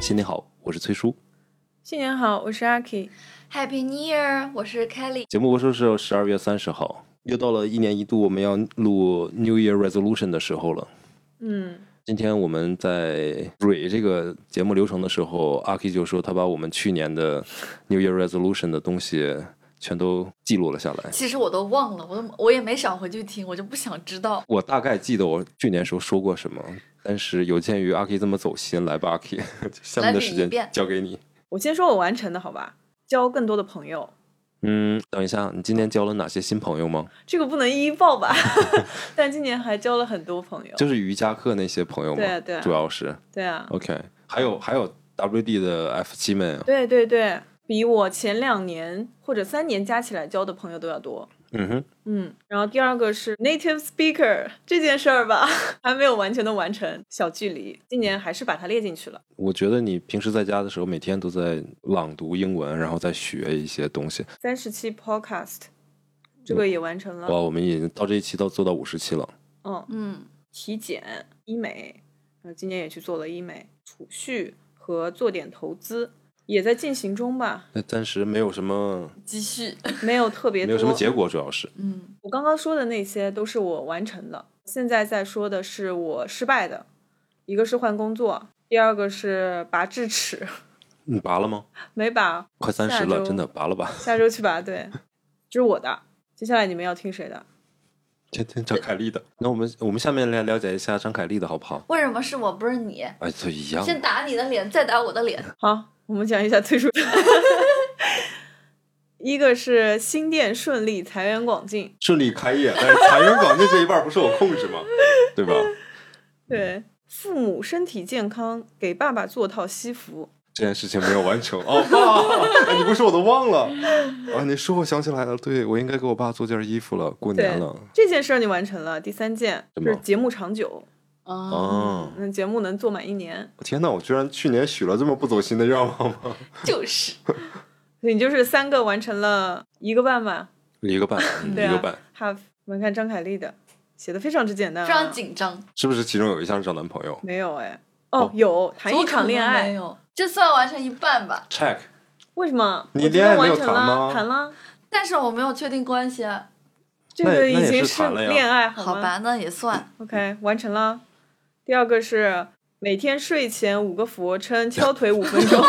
新年好，我是崔叔。新年好，我是阿 K。 Happy New Year！我是 Kelly。节目播出是十二月三十号，又到了一年一度我们要录 New Year Resolution 的时候了。嗯，今天我们在蕊这个节目流程的时候，阿 K 就说他把我们去年的 New Year Resolution 的东西全都记录了下来。其实我都忘了，我都我也没想回去听，我就不想知道。我大概记得我去年时候说过什么，但是有鉴于阿 K 这么走心，来吧，阿 K，下 面的时来捋间一遍交给你。我先说我完成的好吧，交更多的朋友，嗯，等一下，你今年交了哪些新朋友吗？这个不能一一报吧？ 但今年还交了很多朋友。就是瑜伽课那些朋友吗？对啊对啊主要是对啊， OK，还有还有 WD 的 F 七啊们，对对对，比我前两年或者三年加起来交的朋友都要多。嗯哼，嗯，然后第二个是 native speaker 这件事儿吧， 还没有完全的完成，小距离，今年还是把它列进去了。我觉得你平时在家的时候，每天都在朗读英文，然后再学一些东西。三十期 podcast 这个也完成了。哇，我们已经到这一期到做到五十期了。嗯，嗯，体检、医美，呃，今年也去做了医美，储蓄和做点投资也在进行中吧，那暂时没有什么，继续。没有特别没多。有什么结果，主要是嗯，我刚刚说的那些都是我完成的，现在在说的是我失败的，一个是换工作，第二个是拔智齿，你嗯拔了吗？没拔，快三十下了，周真的拔了吧？下周去拔。对，这是我的。接下来你们要听谁的？天天张凯丽的。那我们我们下面来了解一下张凯丽的好不好？为什么是我不是你？哎，这一样。先打你的脸，再打我的脸。好，我们讲一下最初的。 一个是新店顺利财源广进，顺利开业，但是财源广进这一半不是我控制吗？ 对吧？对，父母身体健康，给爸爸做套西服。这件事情没有完成哦， 爸、哎你不说我都忘了啊！你说我想起来了，对我应该给我爸做件衣服了，过对年了。这件事儿你完成了，第三件什就么是节目长久，啊，哦，嗯，节目能做满一年，天哪！我居然去年许了这么不走心的愿望吗？ 就是。所以你就是三个完成了一个半吧，一个半，嗯对一啊个半， half。我们看张凯丽的，写的非常之简单、啊，非常紧张，是不是其中有一项找男朋友没有哎，哦，有谈一场恋没爱，有，这算完成一半吧。 ？Check，为什么？你我觉恋得爱没有完成谈了，吗谈了，但是我没有确定关系，好这那个也那已也经是谈了呀恋爱，吗吧，那也算。 OK，完成了。第二个是每天睡前五个俯卧撑，敲腿五分 钟。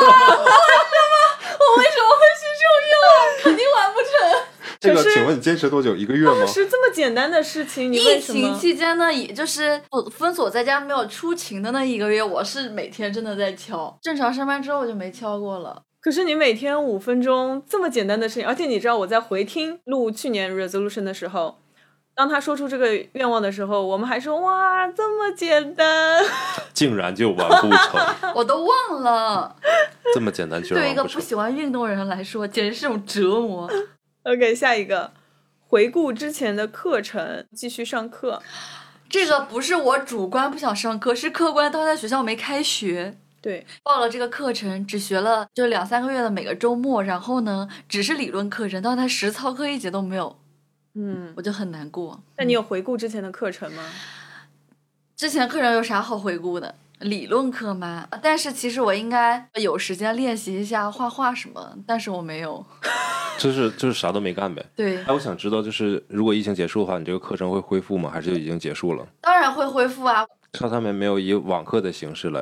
我为什么会去这种愿望？肯定完不成。这个可是请问你坚持多久？一个月吗当？时这么简单的事情，你为疫什情么？期间呢，也就是我封锁在家没有出勤的那一个月，我是每天真的在敲。正常上班之后我就没敲过了。可是你每天五分钟这么简单的事情，而且你知道我在回听录去年 resolution 的时候，当他说出这个愿望的时候，我们还说哇这么简单， 竟然就完不成，我都忘了。这么简单居然对一完个不不成。喜欢运动的人来说，简直是种折磨。 OK，下一个，回顾之前的课程，继续上课。 这个不是我主观不想上课，是客观当在学校没开学。对，报了这个课程，只学了就两三个月的每个周末，然后呢，只是理论课程，但他实操课一节都没有，嗯，我就很难过。那你有回顾之前的课程吗？之前课程有啥好回顾的？理论课吗？但是其实我应该有时间练习一下画画什么，但是我没有。就是就是啥都没干呗。对哎，，我想知道，就是如果疫情结束的话，你这个课程会恢复吗？还是就已经结束了？当然会恢复啊。它上面没有以网课的形式来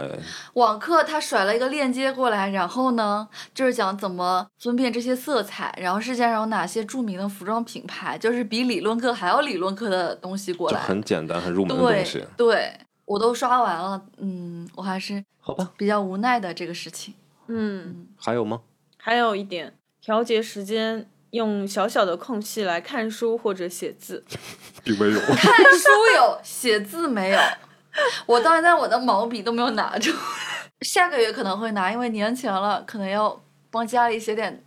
网课他甩了一个链接过来，然后呢，就是讲怎么分辨这些色彩，然后世界上有哪些著名的服装品牌，就是比理论课还要理论课的东西过就来。很简单、很入门的东西对。对，我都刷完了，嗯，我还是好吧，比较无奈的这个事情。 嗯，还有吗？还有一点，调节时间，用小小的空隙来看书或者写字。并 没有。看书有，写字没有。我到现在我的毛笔都没有拿住， 下个月可能会拿，因为年前了，可能要帮家里写点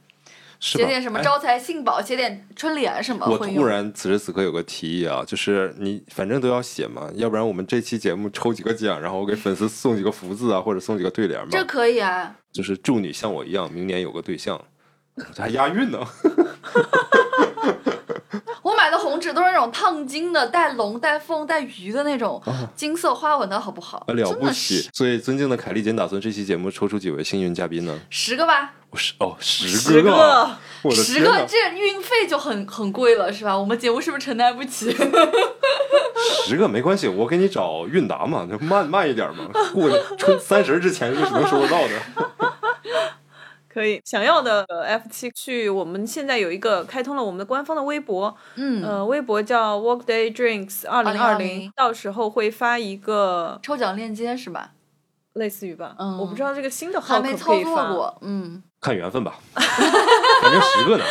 是写吧点什么哎招财进宝，写点春联什么我会突用。然此时此刻有个提议啊，就是你反正都要写嘛，要不然我们这期节目抽几个奖，然后我给粉丝送几个福字啊，或者送几个对联嘛。这可以啊，就是祝你像我一样，明年有个对象，还押韵呢。我买的红指都是那种烫金的，带龙、带凤、带鱼的那种啊金色花纹的，好不好？啊了真不的起是！所以，尊敬的凯丽姐打算这期节目抽出几位幸运嘉宾呢？十个吧，我是哦，十十个啊，个，我的十天哪个，这运费就很很贵了，是吧？我们节目是不是承担 不起？十个没关系，我给你找韵达嘛，就慢慢一点嘛，过春三十之前就是能收得到的。可以。想要的 F 七去，我们现在有一个开通了我们的官方的微博，嗯，呃，微博叫 Workday Drinks 二零二零2020，到时候会发一个抽奖链接是吧？类似于吧，嗯我不知道这个新的号还可没不可操以作发。过，嗯，看缘分吧， 反正十个呢。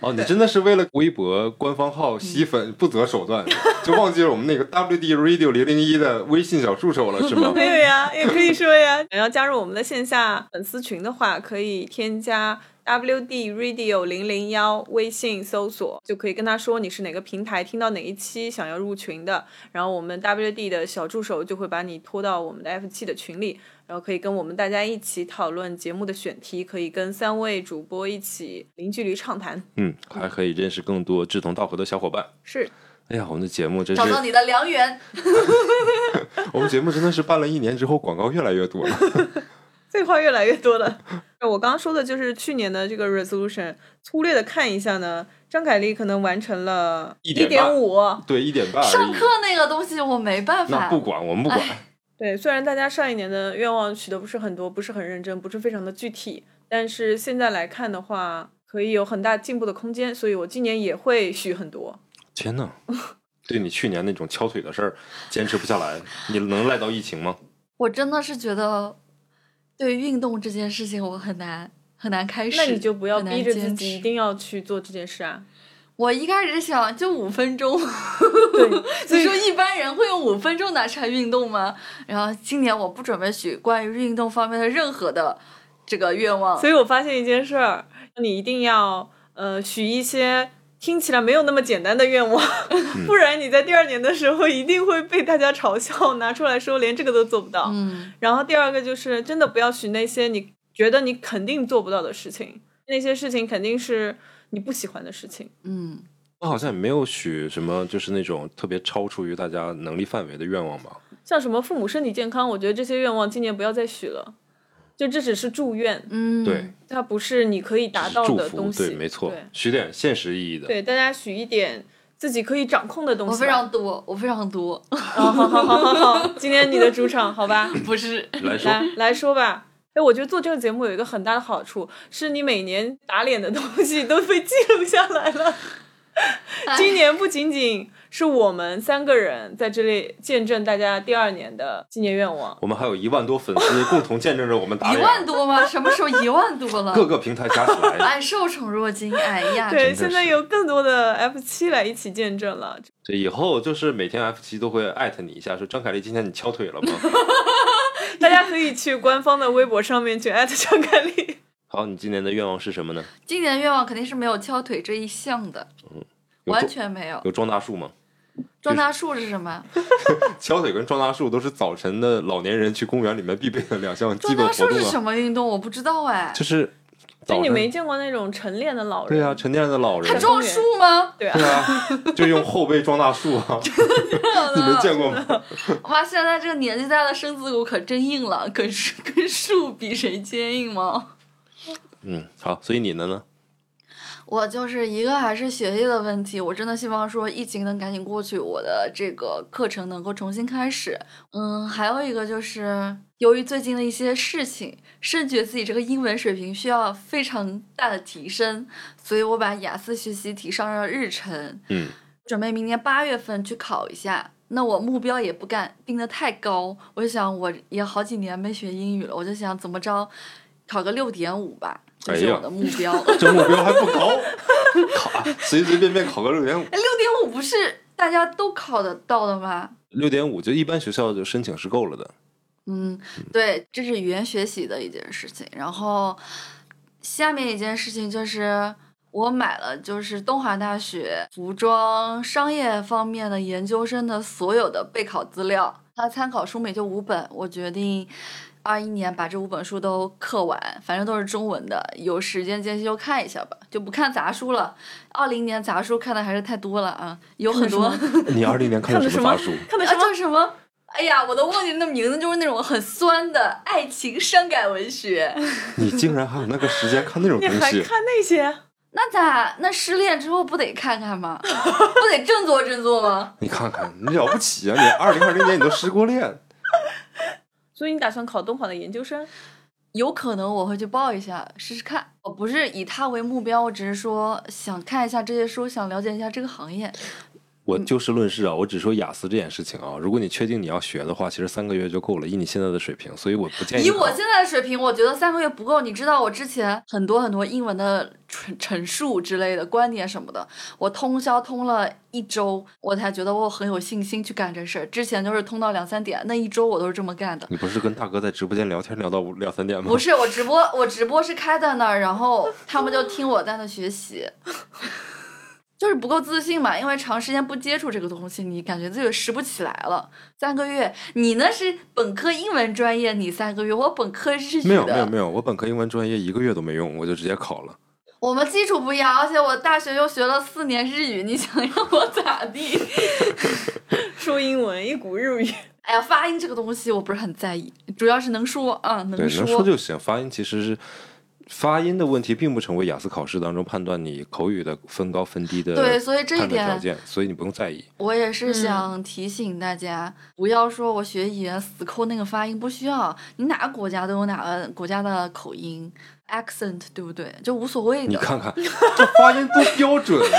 哦，你真的是为了微博官方号吸粉不择手段，就忘记了我们那个 WD Radio 零零一的微信小助手了，是 吗？ 对呀、也可以说呀。 想要加入我们的线下粉丝群的话，可以添加 WD Radio 零零幺微信搜索，就可以跟他说你是哪个平台听到哪一期想要入群的，然后我们 WD 的小助手就会把你拖到我们的 F 七的群里，然后可以跟我们大家一起讨论节目的选题，可以跟三位主播一起零距离畅谈。嗯，还可以认识更多志同道合的小伙伴。是，哎呀，我们的节目真是找，到你的良缘。我们节目真的是办了一年之后，广告越来越多了。 废话越来越多了。 我刚刚说的就是去年的这个 resolution，粗略的看一下呢，张凯丽可能完成了1.8点五。对，一点半而已。上课哎那个东西我没办哎那法不，管，我们不管。对，虽然大家上一年的愿望许的不是很多，不是很认真，不是非常的具体，但是现在来看的话，可以有很大进步的空间，所以我今年也会许很多。天呐，对你去年那种敲腿的事儿坚持不下来，你能赖到疫情吗？我真的是觉得对运动这件事情我很难很难开始，那你就不要很难逼着自坚己一持。定要去做这件事啊。我一开始想就五分钟， 对，所你以说一般人会用五分钟拿出来运动吗？然后今年我不准备许关于运动方面的任何的这个愿望所。以我发现一件事儿，你一定要呃许一些听起来没有那么简单的愿望，嗯 不然你在第二年的时候一定会被大家嘲笑，拿出来说连这个都做不到。嗯，然后第二个就是真的不要许那些你觉得你肯定做不到的事情，那些事情肯定是你不喜欢的事情。嗯，我好像也没有许什么，就是那种特别超出于大家能力范围的愿望吧。像什么父母身体健康，我觉得这些愿望今年不要再许了，就这只是祝愿，嗯，对，它不是你可以达是到祝的福东西。对，没错对，许点现实意义的。对，大家许一点自己可以掌控的东西吧。我非常多，我非常多， 哦，好好好好好，今天你的主场，好吧，不是来说，来来说吧。哎，我觉得做这个节目有一个很大的好处，是你每年打脸的东西都被记录下来了。今年不仅仅是我们三个人在这里见证大家第二年的新年愿望，我们还有一万多粉丝共同见证着我们打一脸，万多吗？什么时候一万多了？各个平台加起来，哎，受宠若惊，哎呀，真对，的现在是有更多的 F 七来一起见证了。这以后就是每天 F 七都会艾特你一下，说张凯丽今天你敲腿了吗？ 大家可以去官方的微博上面去艾 特张凯丽。好，你今年的愿望是什么呢？今年愿望肯定是没有敲腿这一项的，有完撞全没有。有撞大树吗？撞大树是什么？敲腿跟撞大树都是早晨的老年人去公园里面必备的两项基撞本活大树是动啊。什么运动？我不知道哎。就是就早你晨没见过那种晨练的老人，对啊，沉淀的老人他，撞树吗？对啊对，啊，就用后背撞大树 啊，你没见过吗？哇，现在这个年纪大的身子骨可真硬了，跟树跟树比谁坚硬吗？嗯，好，所以你的呢？我就是一个还是学业的问题，我真的希望说疫情能赶紧过去，我的这个课程能够重新开始。嗯，还有一个就是由于最近的一些事情，深觉自己这个英文水平需要非常大的提升，所以我把雅思学习提上了日程，嗯，准备明年八月份去考一下。那我目标也不敢定得太高，我就想我也好几年没学英语了，我就想怎么着，考个六点五吧，这哎是呀我的目标。 这目标还不高， 考啊随随便便考个六点五，六点五不是大家都考得到的吗？六点五就一般学校就申请是够了的。嗯，对，这是语言学习的一件事情。然后下面一件事情就是我买了就是东华大学服装商业方面的研究生的所有的备考资料，它参考书每就五本，我决定二一年把这五本书都刻完，反正都是中文的，有时间间隙就看一下吧，就不看杂书了。二零年杂书看的还是太多了啊，有很多看你二零年看看的的什什么么杂书？？看的啊什么？叫什么？哎呀，我都忘记那名字，就是那种很酸的爱情伤感文学。你竟然还有那个时间看那种你东还西？看那些？ 那咋？那失恋之后不得看看 吗？不得振作振作吗？你看看，你了不起啊！你二零二零年你都失过恋，所以你打算考东华的研究生？有可能我会去报一下试试看。我不是以它为目标，我只是说想看一下这些书，想了解一下这个行业。我就事论事啊，我只说雅思这件事情啊。如果你确定你要学的话，其实三个月就够了，以你现在的水平，所以我不建议以考我现在的水平，我觉得三个月不够。你知道我之前很多很多英文的陈陈述之类的观点什么的，我通宵通了一周，我才觉得我很有信心去干这事儿。之前就是通到两三点，那一周我都是这么 干的。你不是跟大哥在直播间聊天聊到五两三点吗？不是我直播，我直播是开在那儿，然后他们就听我在那学习，就是不够自信嘛。因为长时间不接触这个东西，你感觉自己拾不起来了。三个月，你那是本科英文专业，你三个月，我本科日语 的，没有没有没有，我本科英文专业一个月都没用，我就直接考了。我们基础不一样，而且我大学又学了四年日语，你想让我咋地？ 说英文一股日语， 哎呀，发音这个东西我不是很在意，主要是能说啊，对，能能说就行。发音其实是发音的问题，并不成为雅思考试当中判断你口语的分高分低的对所以这一判断条点件，所以你不用在意。我也是想提醒大家，不要说我学语言死抠那个发音，不需要。你哪个国家都有哪个国家的口音，accent，对不对？就无所谓的。你看看这发音多标准 啊！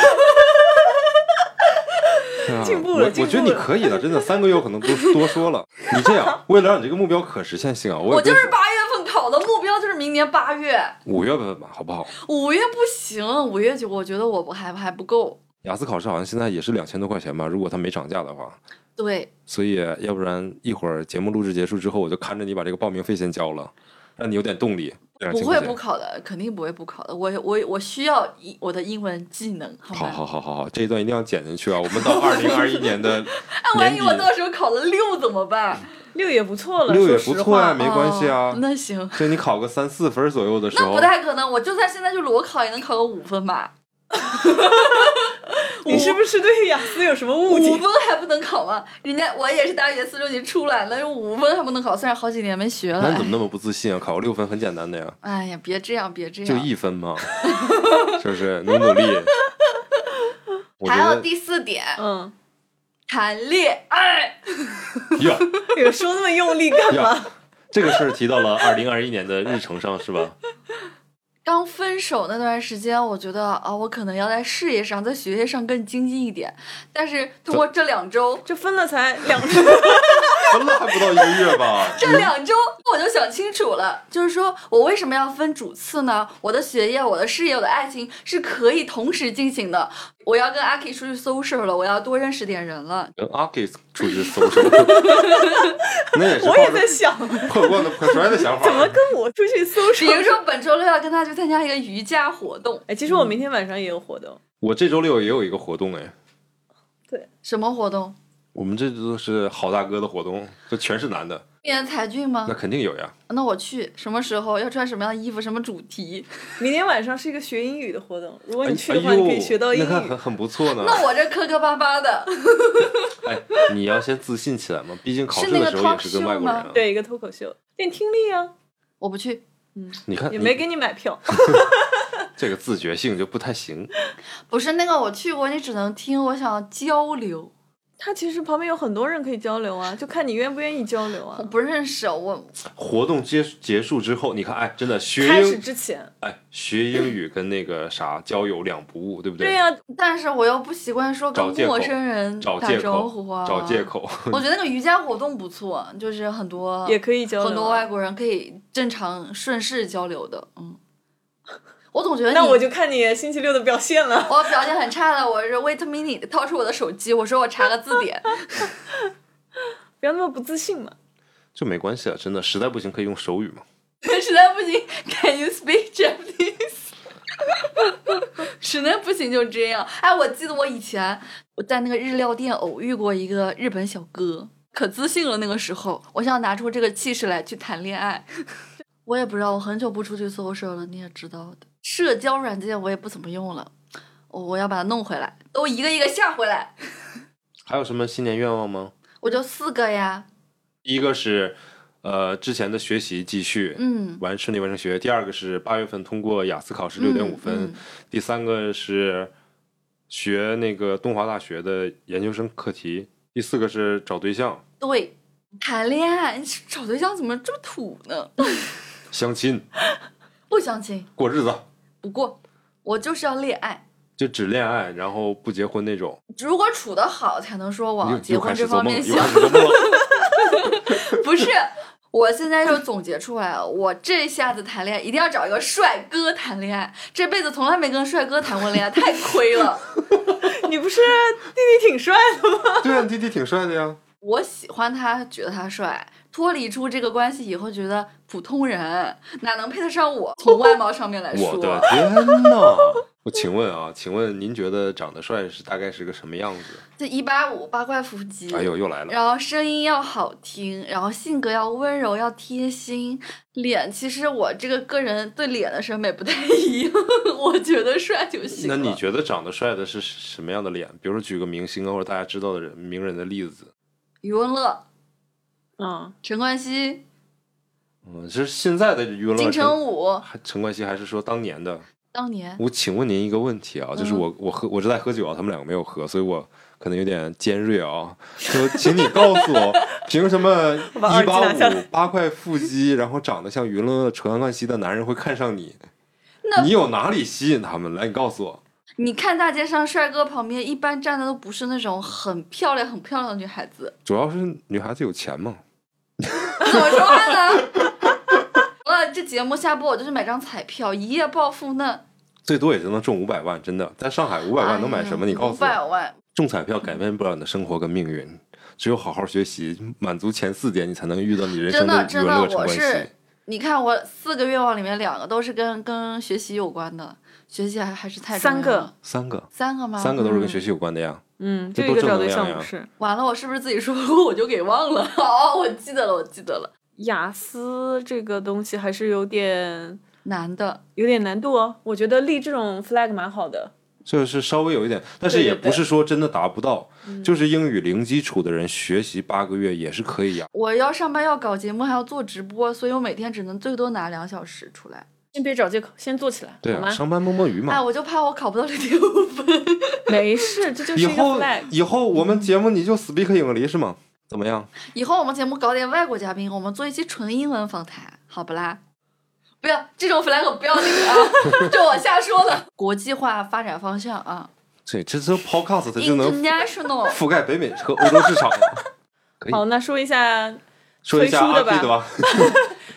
哎呀进步我了我进觉得步你了可以的，真的三个月我可能多 多说了。你这样，为了让你这个目标可实现性啊，我我也不就是八月份考的，目标就是明年八月，五月份吧，好不好？五月不行，五月就我觉得我不还还不够。雅思考试好像现在也是两千多块钱吧，如果它没涨价的话。对，所以要不然一会儿节目录制结束之后，我就看着你把这个报名费先交了，让你有点动力。不会2000块钱补考的，肯定不会补考的。我我我需要一我的英文技能，好好吗？好好好好，这一段一定要剪进去啊！我们到二零二一年 的那年哎万一底，我到时候考了六怎么办？六也不错了。六也说不实错啊，话，没关系啊哦。那行，所以你考个三四分左右的时那候不，太可能。我就算现在就裸考，也能考个五分吧。你是不是对雅思有什么误五解？分还不能考吗？人家我也是大学四六级出来的，五分还不能考，虽然好几年没学那了你。怎么那么不自信啊？考个六分很简单的呀，哎呀，别这样，别这就样。一分 嘛，是不是？努努力。我觉还有得第四点，嗯，谈恋爱。呀有说那么用力干嘛呀？，这个事儿提到了二零二一年的日程上是吧？ 刚分手那段时间，我觉得啊、我可能要在事业上、在学业上更精进一点。但是通过这两周，这分了才 两周，分了还不到一个月吧？ 这两周我就想清楚了，就是说我为什么要分主次呢？我的学业、我的事业、我的爱情是可以同时进行的。我要跟阿 K 出去 social 了，我要多认识点人了。跟阿 K 出去搜 搜，那也是我也抱在着想， 破罐子破摔的想法。 怎么跟我出去搜 比索？如说本周六要跟他去参加一个瑜伽活动，哎，其实我明天晚上也有活动，我这周六也有一个活动哎，什么活动？我们这都是好大哥的活动，就全是男的，面才俊吗啊那？肯定有呀。那我去，什么时候要穿什么样的衣服，什么主题？明天晚上是一个学英语的活动，如果哎你去的话，你可以学到英哎呦那还语很。很不错呢。那我这磕磕巴巴的，哎，你要先自信起来嘛，毕竟考试是那的个时候也 talk 是跟外国人、啊 show 吗。对，一个脱口秀，练听力 啊，我不去。你看，也你没给你买票。这个自觉性就不太行。不是那个我去过，你只能听，我想交流。他其实旁边有很多人可以交流啊，就看你愿不愿意交流我啊。不认识，我活动结结束之后，你看，哎，真的学开始英，之前，哎，学英语跟那个啥交友两不误，对不对？对呀、但是我又不习惯说跟找借口陌生人找打借招呼口啊。，找借。口。我觉得那个瑜伽活动不错，就是很多也可以交流啊、很多外国人可以正常顺势交流的。嗯，我总觉得那你我就看你星期六的表现了。我表现很差的，我是 wait a minute，掏出我的手机，我说我查个字典。不要那么不自信嘛。 这没关系啊，真的，实在不行可以用手语嘛。实在不行，Can you speak Japanese？实在不行就这样。哎，我记得我以前我在那个日料店偶遇过一个日本小哥，可自信了。那个时候，我想拿出这个气势来去谈恋爱。 我也不知道，我很久不出去 social 了，你也知道的。社交软件我也不怎么用了，我我要把它弄回来，都一个一个下回来。还有什么新年愿望吗？我就四个呀，第一个是呃之前的学习继续，嗯，完顺利完成学业；第二个是八月份通过雅思考试六点五分；嗯嗯第三个是学那个东华大学的研究生课题；第四个是找对象、对，谈恋爱找对象怎么这么土呢？相亲、不相亲，过日子，不过我就是要恋爱。就只恋爱然后不结婚那种。如果处得好，才能说你往又结又开婚始这做方梦，面又想开。始做梦 了。 不是，我现在就总结出来了，我这下子谈恋爱一定要找一个帅哥谈恋爱，这辈子从来没跟帅哥谈过恋爱，太亏了。你不是弟弟挺帅的吗？对啊，你弟弟挺帅的呀。我喜欢他，觉得他帅，脱离出这个关系以后，觉得普通人哪能配得上我？从外貌上面来说，我 的天呐！我请问啊，请问您觉得长得帅是大概是个什么样子？这一八五八块腹肌，哎呦，又来了。然后声音要好听，然后性格要温柔，要贴心。脸，其实我这个个人对脸的审美不太一样， 我觉得帅就行那了。你觉得长得帅的是什么样的脸？比如说举个明星啊，或者大家知道的人名人的例子。余文乐、 嗯，陈冠希、嗯，其实现在的娱乐金陈城武，还陈冠希还是说当年的。当年我请问您一个问题啊，就是嗯我我喝我是在喝酒啊，他们两个没有喝，所以我可能有点尖锐啊，就请你告诉 我，凭什么我把耳一机八拿下来五八块腹肌，然后长得像娱乐陈冠希的男人会看上你？那你有哪里吸引他们？来，你告诉我。你看大街上帅哥旁边，一般站的都不是那种很漂亮、很漂亮的女孩子。 主要是女孩子有钱嘛？怎么说话呢？ 好了，这节目下播我就去买张彩票，一夜暴富那最多也就能中五百万，真的，在上海五百万能买什么？你告哎五诉我。百万，中彩票改变不了你的生活跟命运，只有好好学习，满足前四点，你才能遇到你人生真的的真娱的乐，陈我冠希是。你看我四个愿望里面两个都是跟跟学习有关的，学习还还是太重要三个了三个，三个吗？三个都是跟嗯学习有关的呀。嗯，这就多一个正找能对象量不呀是完了，我是不是自己说过我就给忘了？ 哦，我记得了，我记得了，雅思这个东西还是有点男的有点难度哦。我觉得立这种 flag 蛮好的，就是稍微有一点，但是对对嗯也不是说真的达不到，就是英语零基础的人学习八个月也是可以呀。啊我要上班要搞节目还要做直播，所以我每天只能最多拿两小时出来。先别找借口，先做起来，对好啊，吗？上班摸摸鱼哎，嘛。我就怕我考不到六点五分。 没事，这就是以一个后 flag。以后我们节目你就 speak 英离是吗？怎么样？以后我们节目搞点外国嘉宾，我们做一期纯英文访谈，好不啦？不要这种 flag 不要领啊， 这我瞎说的。国际化发展方向啊这这这 podcast 它就能，international 覆盖北美和欧洲市场。 可以好，那说一下说一下推阿出的 K 的吧。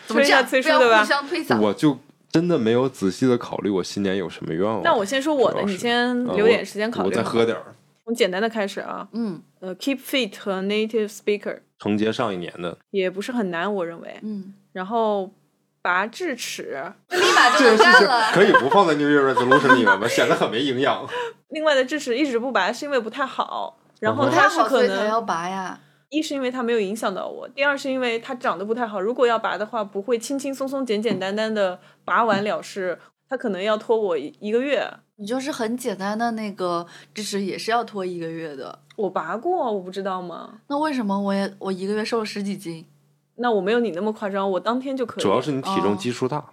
怎么这样？催不促的要吧互相推搡。我就真的没有仔细的考虑我新年有什么愿望。那我先说我主的，要你是先呃留我点时间考虑。我再喝，点儿，从简单的开始啊。嗯呃，keep fit 和 native speaker 承接上一年的。也不是很难，我认为。嗯，然后拔智齿，立马这就能个事干情了。可以不放在 New Year Resolution 里面吗？显得很没营养。另外的智齿一直不拔是因为不太好，然后不哦太它好，不所可以才要能，拔呀。一是因为它没有影响到我，第二是因为它长得不太好，如果要拔的话，不会轻轻松松、简简单单的拔完了事，它可能要拖我一一个月。你就是很简单的那个智齿也是要拖一个月的。我拔过，我不知道吗？那为什么我也我一个月瘦了十几斤？那我没有你那么夸张，我当天就可以。主要是你体重哦基数大，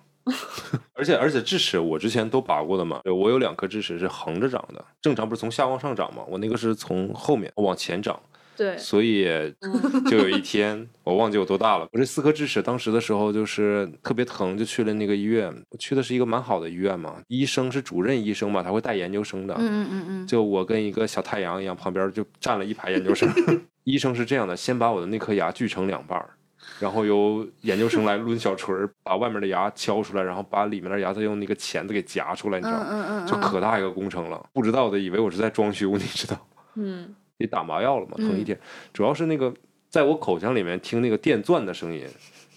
而且而且智齿我之前都拔过的嘛，对我有两颗智齿是横着长的，正常不是从下往上长嘛，我那个是从后面往前长，对，所以嗯就有一天我忘记我多大了，我这四颗智齿当时的时候就是特别疼，就去了那个医院，我去的是一个蛮好的医院嘛，医生是主任医生嘛，他会带研究生的，嗯嗯嗯就我跟一个小太阳一样，旁边就站了一排研究生。 医生是这样的，先把我的那颗牙锯成两半儿，然后由研究生来抡小锤儿，把外面的牙敲出来，然后把里面的牙再用那个钳子给夹出来，你知道吗？嗯就可大一个工程了，不知道的以为我是在装修，你知道吗，嗯，得嗯打麻药了嘛，疼一天。主要是那个在我口腔里面听那个电钻的声音，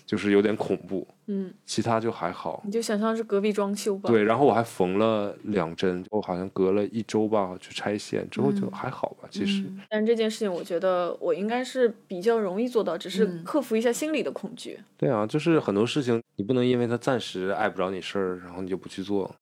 就是有点恐怖，嗯，其他就还好。你就想象是隔壁装修吧。，对，然后我还缝了两针，我好像隔了一周吧去拆线，之后就嗯还好吧。其实，嗯但这件事情我觉得我应该是比较容易做到，只是嗯克服一下心理的恐惧。对啊，就是很多事情你不能因为它暂时碍不着你事儿，然后你就不去做。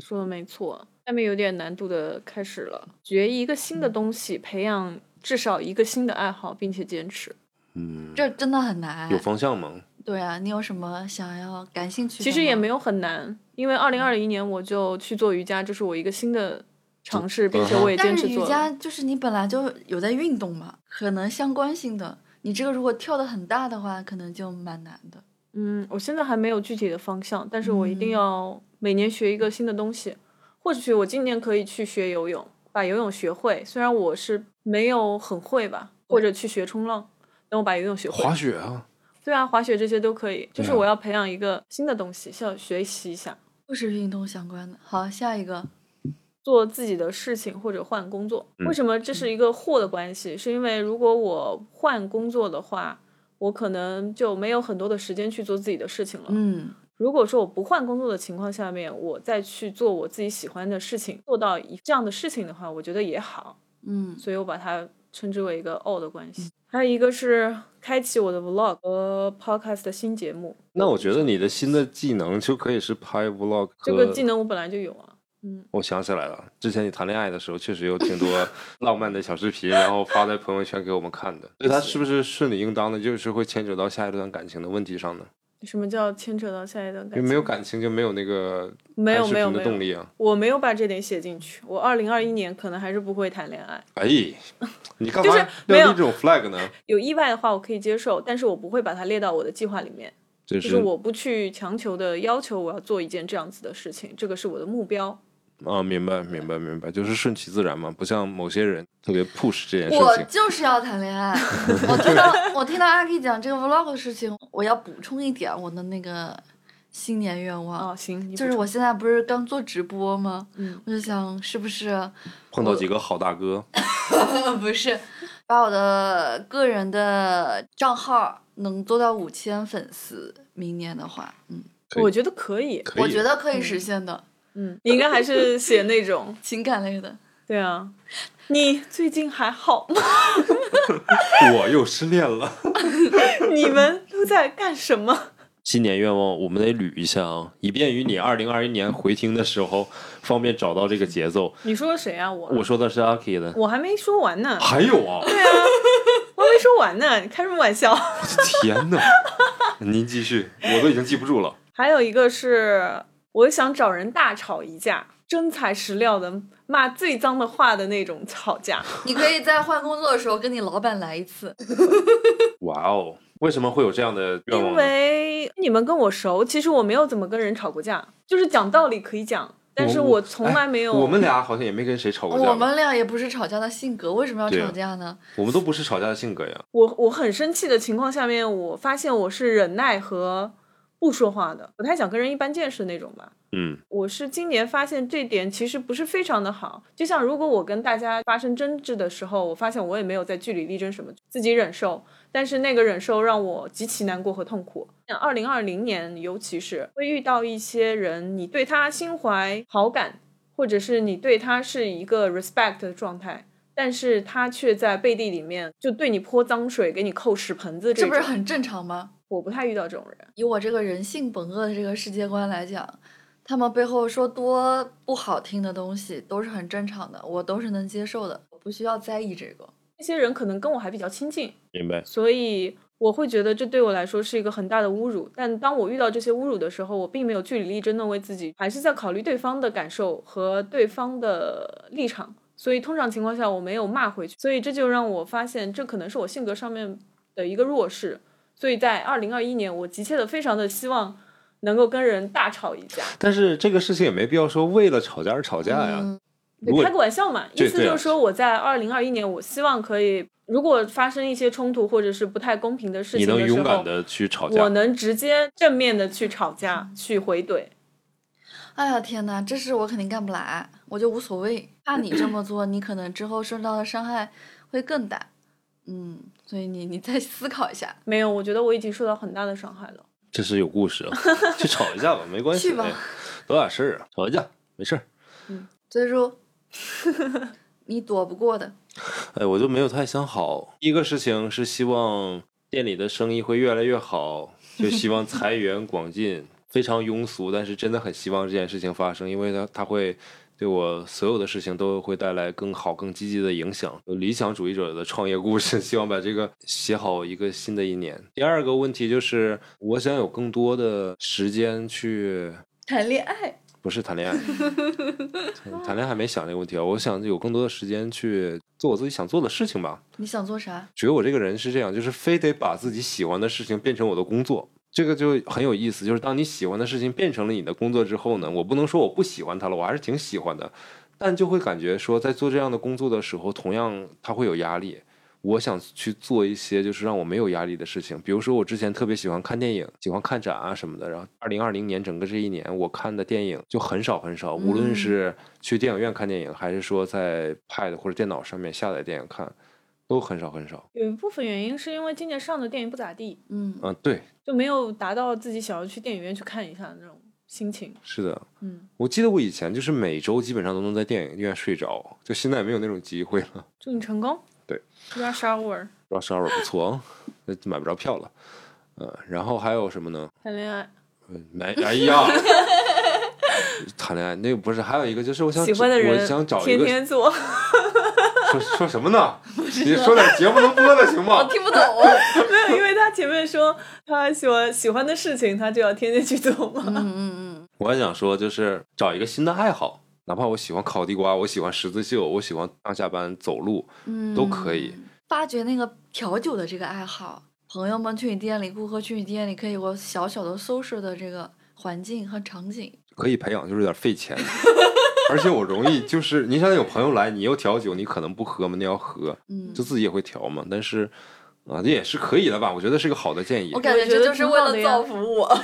说的没错，下面有点难度的开始了，学一个新的东西，培养至少一个新的爱好，并且坚持。嗯，这真的很难有。方向吗？对啊，你有什么想要感兴趣的吗？其实也没有很难，因为二零二一年我就去做瑜伽，这是我一个新的尝试，并且我也坚但持是瑜做了。伽就是你本来就有在运动嘛，可能相关性的，你这个如果跳得很大的话，可能就蛮难的。嗯，我现在还没有具体的方向，但是我一定嗯要每年学一个新的东西。或许我今年可以去学游泳，把游泳学会。虽然我是没有很会吧，或者去学冲浪，等我把游泳学会。滑雪啊，对啊，滑雪这些都可以。就是对啊我要培养一个新的东西，要学习一下，又是运动相关的。好，下一个，做自己的事情或者换工作。嗯为什么这是一个或的关系？是因为如果我换工作的话，我可能就没有很多的时间去做自己的事情了。嗯，如果说我不换工作的情况下面，我再去做我自己喜欢的事情，做到一这样的事情的话，我觉得也好，嗯，所以我把它称之为一个 all 的关嗯系。还有一个是开启我的 vlog 和 podcast 的新节目，那我觉得你的新的技能就可以是拍 vlog 和。这个技能我本来就有啊。嗯，我想起来了，之前你谈恋爱的时候，确实有挺 多浪漫的小视频，然后发在朋友圈给我们看的。所以它是不是顺理应当的，就是会牵扯到下一段感情的问题上呢？什么叫牵扯到下一段感因为情？没有感情就没有那个没有拍视没有频的没动有，力啊！我没有把这点写进去。我二零二一年可能还是不会谈恋爱，哎，你干就嘛是没要有立这种 flag 呢？有意外的话我可以接受，但是我不会把它列到我的计划里面。这就是是我不去强求的要求我要做一件这样子的事情，这个是我的目标。啊，明白明白明白，就是顺其自然嘛，不像某些人特别 push 这件事我情。就是要谈恋爱。我 听到我听到阿 K 讲这个 vlog 的事情，我要补充一点我的那个新年愿望，哦，行，你就是不我现在不是刚做直播吗？嗯，我就想是不是碰到几个好大 哥，不是把我的个人的账号能做到五千粉丝，明年的话，嗯，可以我觉得可以，可以我觉得可以实现的，嗯，你应该还是写那种，情感 类的。对啊，你最近还好吗？ 我又失恋了。你们都在干什么？新年愿望我们得捋一下啊，以便于你二零二一年回听的时候方便找到这个节奏。你说谁啊？我我说的是阿 K 的，我还没说完呢，还有啊，我还没说完呢，你开什么玩笑？我的天 哪！您继续，我都已经记不住了。还有一个是，我想找人大吵一架，真材实料的骂最脏的话的那种吵架。你可以在换工作的时候跟你老板来一次，哇哦，为什么会有这样的愿望因呢？为你们跟我熟，其实我没有怎么跟人吵过架，就是讲道理可以讲，但是我从来没有。哎我们俩好像也没跟谁吵过架吧，我们俩也不是吵架的性格，为什么要对啊吵架呢？我们都不是吵架的性格呀。我我很生气的情况下面，我发现我是忍耐和不说话的，不太想跟人一般见识那种吧。嗯，我是今年发现这点其实不是非常的好，就像如果我跟大家发生争执的时候，我发现我也没有在据理力争什么，自己忍受，但是那个忍受让我极其难过和痛苦。二零二零年，尤其是会遇到一些人，你对他心怀好感，或者是你对他是一个 respect 的状态，但是他却在背地里面就对你泼脏水，给你扣屎盆子这这不种，是很正常吗？我不太遇到这种人。以我这个人性本恶的这个世界观来讲，他们背后说多不好听的东西都是很正常的，我都是能接受的，我不需要在意这个。那些人可能跟我还比较亲近，明白。所以我会觉得这对我来说是一个很大的侮辱。但当我遇到这些侮辱的时候，我并没有据理力争的为自己，还是在考虑对方的感受和对方的立场。所以通常情况下，我没有骂回去。所以这就让我发现，这可能是我性格上面的一个弱势。所以在二零二一年，我急切的非常的希望能够跟人大吵一架。但是这个事情也没必要说为了吵架而吵架呀。嗯，如果开个玩笑嘛，对意思对啊就是说我在二零二一年，我希望可以，如果发生一些冲突或者是不太公平的事你情的时能候，勇敢的去吵我架，能直接正面的去吵架，去回怼。哎呀天哪，这事我肯定干不来，我就无所谓。怕你这么做，你可能之后受到的伤害会更大。嗯，所以你你再思考一下。没有，我觉得我已经受到很大的伤害了。这是有故事啊，去吵一架吧，没 关系，去吧哎多大事儿啊，吵一架没事儿。所以说， 你躲不过的。哎，我就没有太想好。第一个事情是希望店里的生意会越来越好，就希望财源广进。非常庸俗，但是真的很希望这件事情发生，因为它它会对我所有的事情都会带来更好、更积极的影响。有理想主义者的创业故事， 希望把这个写好一个新的一年。第二个问题就是，我想有更多的时间去谈恋爱，不是谈恋爱，谈恋爱还没想这个问题啊。我想有更多的时间去做我自己想做的事情吧。你想做啥？觉得我这个人是这样，就是非得把自己喜欢的事情变成我的工作，这个就很有意思。就是当你喜欢的事情变成了你的工作之后呢，我不能说我不喜欢它了，我还是挺喜欢的，但就会感觉说，在做这样的工作的时候，同样它会有压力。我想去做一些就是让我没有压力的事情，比如说我之前特别喜欢看电影，喜欢看展啊什么的。然后二零二零年整个这一年，我看的电影就很少很少，无论是去电影院看电影，还是说在 Pad 或者电脑上面下载电影看，都很少很少。有一部分原因是因为今年上的电影不咋地，嗯，嗯，对，就没有达到自己想要去电影院去看一下的那种心情。是的，嗯，我记得我以前就是每周基本上都能在电影院睡着，就现在也没有那种机会了。祝你成功。对，Rush Hour 不知道十二不错啊，那买不着票了。呃，然后还有什么呢？谈恋爱，嗯哎哎呀，谈恋爱那个不是，还有一个就是我想喜欢的人我想找一天个天做， 说说什么呢？你说点节目能播的行我哦吗？听不懂。啊没有，因为他前面说他喜欢喜欢的事情，他就要天天去做嘛。 嗯嗯嗯，我还想说就是找一个新的爱好，哪怕我喜欢烤地瓜，我喜欢十字绣，我喜欢上下班走路，嗯，都可以。发掘那个调酒的这个爱好，朋友们去你店里，顾客去你店里，可以有个小小的 social 的这个环境和场景。可以培养，就是有点费 钱。而且我容易就是，你想有朋友来，你又调酒，你可能不喝嘛，那要喝，嗯就，自己也会调嘛。但是啊，这也是可以的吧？我觉得是个好的建议我。感觉我觉这得就是挺为好了的呀造福我。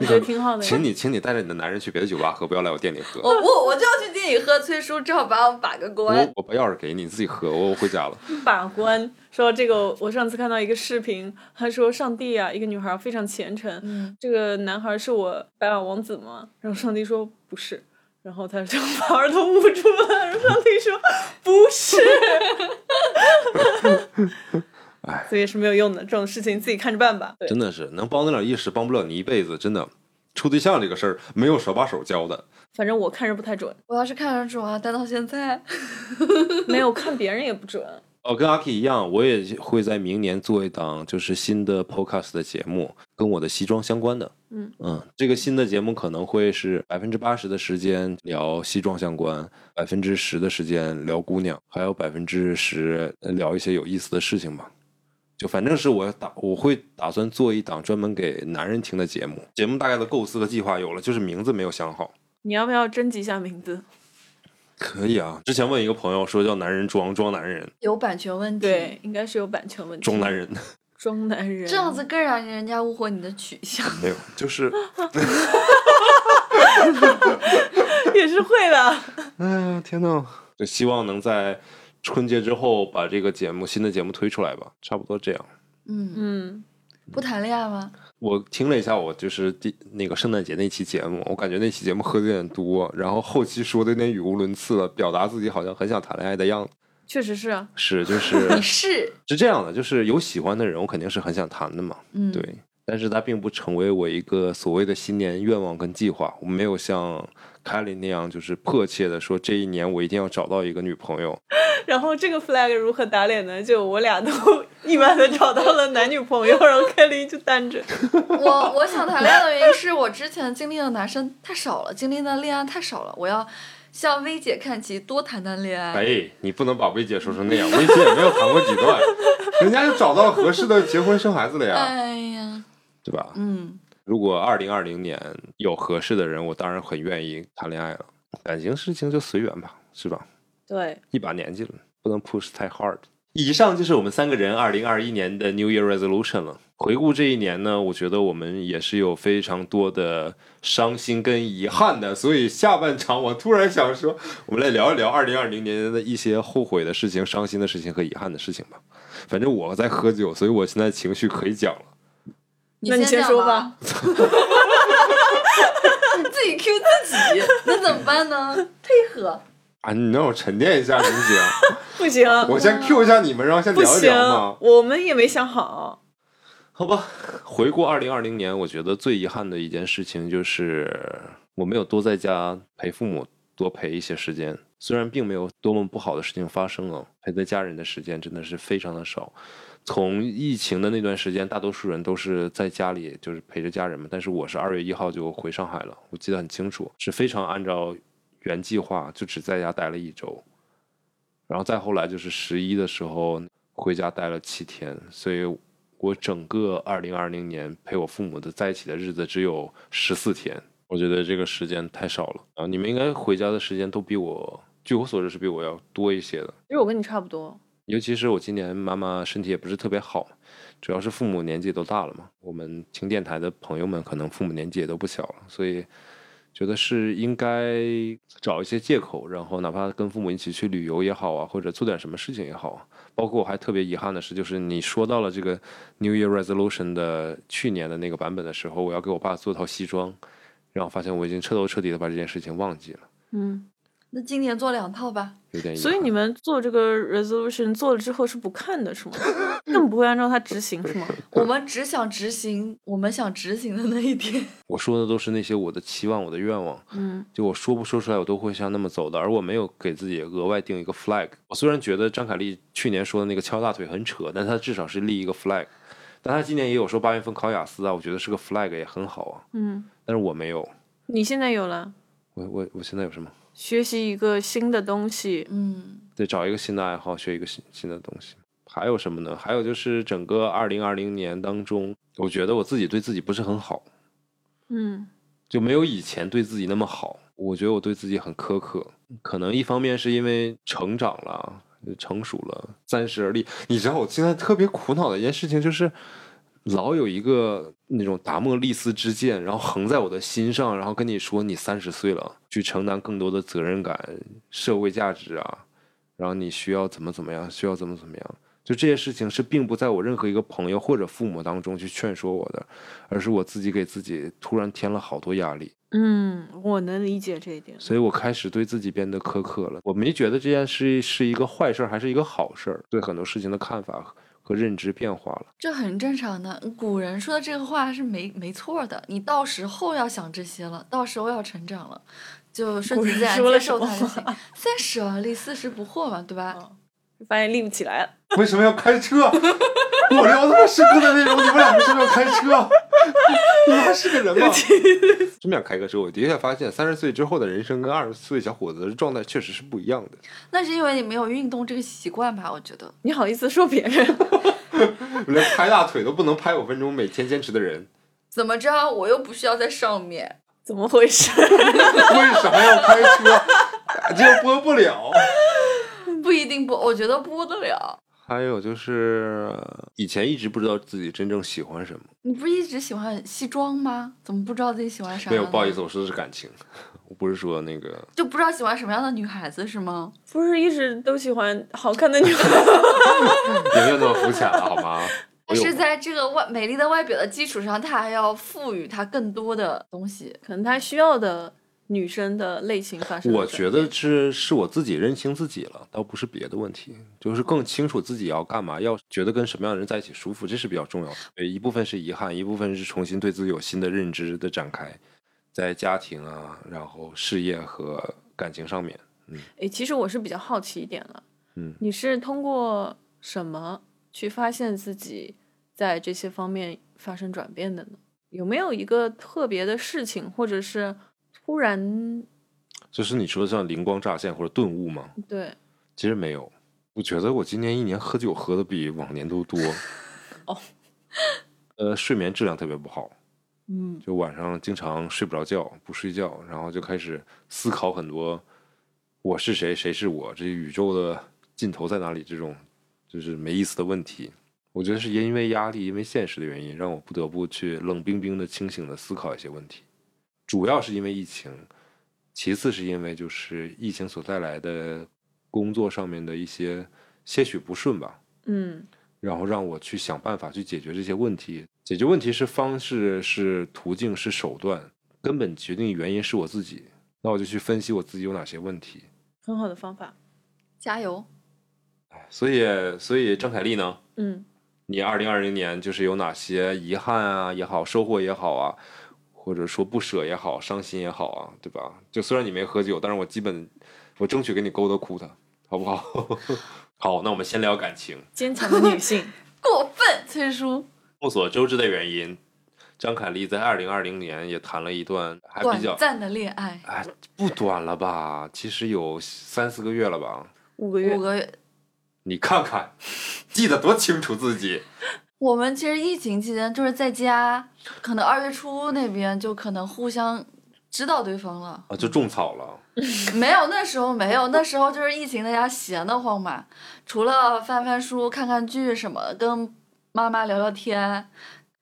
我觉得挺好的呀请。你，请你带着你的男人去别的酒吧喝，不要来我店里喝。我不，我就要去店里喝，崔叔正好把我把个我关。我把钥匙给你，你自己喝。我我回家了。把关说到这个，我上次看到一个视频，他说上帝啊，一个女孩非常虔诚，嗯，这个男孩是我白马王子吗？然后上帝说不是，然后他就把耳朵捂住了。然后上帝说不是，哎所以是没有用的，这种事情自己看着办吧。对，真的是能帮得了一时，帮不了你一辈子。真的，处对象这个事儿没有手把手教的。反正我看着不太准，我要是看着准啊，待到 现在，没有看别人也不准。哦，跟阿 K 一样，我也会在明年做一档就是新的 podcast 的节目，跟我的西装相关的。嗯这个新的节目可能会是百分之八十的时间聊西装相关，百分之十的时间聊姑娘，还有百分之十聊一些有意思的事情吧。就反正是我打我会打算做一档专门给男人听的节目，节目大概的构思和计划有了，就是名字没有想好。你要不要征集一下名字？可以啊，之前问一个朋友说叫男人装装男人有版权问题。对，，应该是有版权问题。装男嗯人， 装男人，这样子更让人家误会你的取向。没有，就是也是会的。哎呀，天呐！就希望能在春节之后把这个节目新的节目推出来吧，差不多这样。嗯，嗯，不谈恋爱 吗？我听了一下，我就是第那个圣诞节那期节目，我感觉那期节目喝的有点多，然后后期说的有点语无伦次了，表达自己好像很想谈恋爱的样子。确实是啊。是，就你是 是，是这样的，就是有喜欢的人，我肯定是很想谈的嘛。嗯，对，但是它并不成为我一个所谓的新年愿望跟计划。我没有像凯琳那样，就是迫切的说这一年我一定要找到一个女朋友。然后这个 flag 如何打脸呢？就我俩都 意外的找到了男女朋友，然后凯琳就单着。 我我想谈恋爱的原因是我之前经历的男生太少了，经历的恋爱太少了，我要向薇姐看齐，多谈谈恋爱。哎，你不能把薇姐说成那样， 薇姐也没有谈过几段，人家就找到合适的结婚生孩子了呀，哎呀，对吧？嗯，如果二零二零年有合适的人，我当然很愿意谈恋爱了。感情事情就随缘吧，是吧？对，一把年纪了，不能 push 太 hard。以上就是我们三个人二零二一年的 New Year Resolution 了。回顾这一年呢，我觉得我们也是有非常多的伤心跟遗憾的，所以下半场我突然想说，我们来聊一聊二零二零年的一些后悔的事情、伤心的事情和遗憾的事情吧。反正我在喝酒，所以我现在情绪可以讲了。那你先讲说吧。 自己 Q 自己，那怎么办呢？配合。啊，你让我沉淀一下行不行？不行，我先 Q 一下你们，然后先不聊一行聊嘛，。我们也没想好。好吧，回顾二零二零年，我觉得最遗憾的一件事情就是我没有多在家陪父母多陪一些时间。虽然并没有多么不好的事情发生啊，陪在家人的时间真的是非常的少。从疫情的那段时间，大多数人都是在家里就是陪着家人嘛，但是我是二月一号就回上海了，我记得很清楚，是非常按照原计划，就只在家待了一周。然后再后来就是十一的时候回家待了七天，所以我整个二零二零年陪我父母的在一起的日子只有十四天，我觉得这个时间太少了啊！你们应该回家的时间都比我，据我所知是比我要多一些的。其实我跟你差不多，尤其是我今年妈妈身体也不是特别好，主要是父母年纪都大了嘛。我们听电台的朋友们可能父母年纪也都不小了，所以觉得是应该找一些借口，然后哪怕跟父母一起去旅游也好啊，或者做点什么事情也好啊。包括我还特别遗憾的是，就是你说到了这个 New Year Resolution 的去年的那个版本的时候，我要给我爸做套西装，然后发现我已经彻头彻底的把这件事情忘记了，嗯，那今年做两套吧。有点遗憾。所以你们做这个 resolution 做了之后是不看的，是吗？ 更不会按照它执行，是吗？我们只想执行我们想执行的那一天。我说的都是那些我的期望、我的愿望。 嗯，就我说不说出来，我都会像那么走的，而我没有给自己额外定一个 flag。我虽然觉得张凯丽去年说的那个敲大腿很扯，但她至少是立一个 flag。但她今年也有说八月份考雅思啊，我觉得是个 flag 也很好啊。嗯，但是我没有，你现在有了我我我现在有什么？学习一个新的东西，嗯，得找一个新的爱好，学一个新新的东西。还有什么呢？还有就是整个二零二零年当中，我觉得我自己对自己不是很好，嗯就没有以前对自己那么好。我觉得我对自己很苛刻，可能一方面是因为成长了、成熟了，三十而立。你知道我现在特别苦恼的一件事情就是，老有一个那种达莫利斯之剑，然后横在我的心上，然后跟你说你三十岁了，去承担更多的责任感、社会价值啊，然后你需要怎么怎么样，需要怎么怎么样。就这些事情是并不在我任何一个朋友或者父母当中去劝说我的，而是我自己给自己突然添了好多压力，嗯，我能理解这一点。所以我开始对自己变得苛刻了。我没觉得这件事是一个坏事儿，还是一个好事儿，对很多事情的看法和认知变化了。这很正常的。古人说的这个话是没没错的。你到时候要想这些了，到时候要成长了，就顺古其人自然说接了受什它么嗯就行。三十而立，四十不惑嘛，对吧？发现立不起来了，为什么要开车？我聊那么深刻的内容，你们俩为什么要开车？ 你们还是个人吗？啊这么想开个车，我的确发现三十岁之后的人生跟二十岁小伙子的状态确实是不一样的。那是因为你没有运动这个习惯吧？我觉得。你好意思说别人？ 连拍大腿都不能拍五分钟，每天坚持的人，怎么着？我又不需要在上面。怎么回事？ 为啥要开车？这又播不了。不一定播，我觉得播得了。还有就是以前一直不知道自己真正喜欢什么。你不是一直喜欢西装吗？怎么不知道自己喜欢啥？没有，不好意思，，我说的是感情，我不是说那个。就不知道喜欢什么样的女孩子是吗？不是一直都喜欢好看的女孩？也没有那么肤浅了，好吗？我但有是在这个外美丽的外表的基础上，她还要赋予她更多的东西。 可能她需要的女生的类型发生了我转觉变。得是是我自己认清自己了，倒不是别的问题，就是更清楚自己要干嘛，要觉得跟什么样的人在一起舒服，这是比较重要的。对，一部分是遗憾，一部分是重新对自己有新的认知的展开，在家庭啊，然后事业和感情上面。诶，其实我是比较好奇一点了，嗯你是通过什么去发现自己在这些方面发生转变的呢？有没有一个特别的事情，或者是突然就是你说像灵光乍现或者顿悟吗？对。其实没有，我觉得我今年一年喝酒喝的比往年都多 哦，呃，睡眠质量特别不好，嗯就晚上经常睡不着觉，不睡觉，然后就开始思考很多我是谁，谁是我，这宇宙的尽头在哪里？这种就是没意思的问题。我觉得是因为压力，因为现实的原因，让我不得不去冷冰冰的、清醒的思考一些问题。主要是因为疫情，其次是因为就是疫情所带来的工作上面的一些些许不顺吧。嗯然后让我去想办法去解决这些问题。解决问题是方式、是途径、是手段，根本决定原因是我自己。那我就去分析我自己有哪些问题。很好的方法。加油！所以，所以张凯丽呢？嗯，你二零二零年就是有哪些遗憾啊也好，收获也好啊，或者说不舍也好，伤心也好啊，对吧？就虽然你没喝酒，但是我基本我争取给你勾搭哭他，好不好？ 好，那我们先聊感情。坚强的女性，过分，崔叔。众所周知的原因，张凯丽在二零二零年也谈了一段还比较短暂的恋爱，哎不短了吧？其实有三四个月了吧？ 五个月 五，个月。你看看，记得多清楚自己。我们其实疫情期间就是在家，可能二月初那边就可能互相知道对方了。啊，就种草了。没有，那时候没有，那时候就是疫情在家闲得慌嘛，除了翻翻书、看看剧什么的，跟妈妈聊聊天。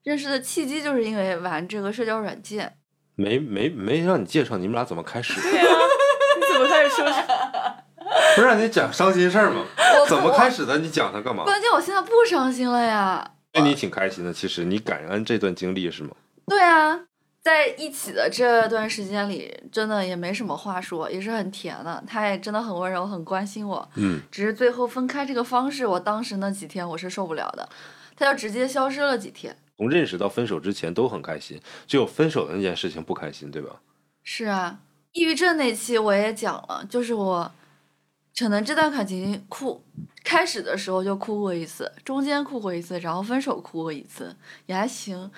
认识的契机就是因为玩这个社交软件，没没没让你介绍你们俩怎么开始，对啊，你怎么开始说？不是让你讲伤心事儿吗？我怎么开始的？你讲它干嘛？关键我现在不伤心了呀。那哎你挺开心的，其实你感恩这段经历是吗？对啊，在一起的这段时间里，真的也没什么话说，也是很甜的。他也真的很温柔，很关心我。嗯，只是最后分开这个方式，我当时那几天我是受不了的，他就直接消失了几天。从认识到分手之前都很开心，只有分手的那件事情不开心，对吧？是啊，抑郁症那期我也讲了，就是我可能这段感情哭，开始的时候就哭过一次，中间哭过一次，然后分手哭过一次，也还行。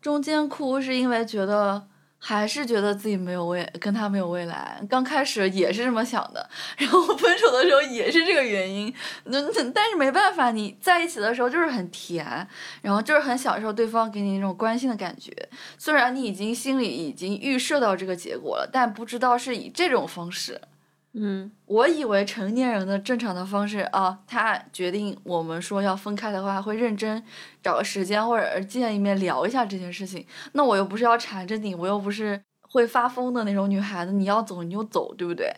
中间哭是因为觉得还是觉得自己没有未跟他没有未来，刚开始也是这么想的， 然后分手的时候也是这个原因。那那但是没办法，你在一起的时候就是很甜，然后就是很享受对方给你那种关心的感觉。虽然你已经心里已经预设到这个结果了，但不知道是以这种方式。嗯，我以为成年人的正常的方式啊，他决定我们说要分开的话，会认真找个时间或者见一面聊一下这件事情。那我又不是要缠着你，我又不是会发疯的那种女孩子，你要走你就走，对不对？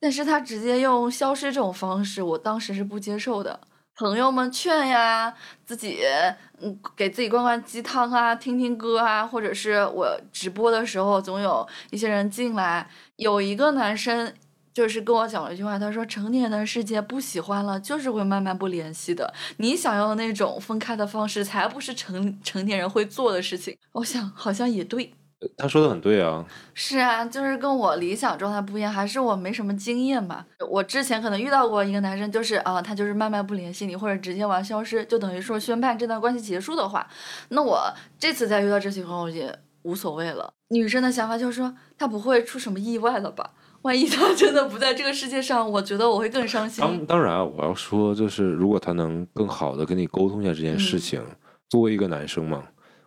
但是他直接用消失这种方式，我当时是不接受的。朋友们劝呀，自己嗯给自己灌灌鸡汤啊，听听歌啊，或者是我直播的时候总有一些人进来，有一个男生就是跟我讲了一句话，他说成年人的世界不喜欢了，就是会慢慢不联系的。你想要的那种分开的方式，才不是成成年人会做的事情。我想好像也对。呃他说的很对啊，是啊，就是跟我理想状态不一样，还是我没什么经验吧。我之前可能遇到过一个男生，就是啊，他就是慢慢不联系你，或者直接玩消失，就等于说宣判这段关系结束的话，那我这次再遇到这情况，我也无所谓了。女生的想法就是说，他不会出什么意外了吧？万一他真的不在这个世界上，我觉得我会更伤心。当当然啊，我要说就是，如果他能更好的跟你沟通一下这件嗯事情，作为一个男生嘛，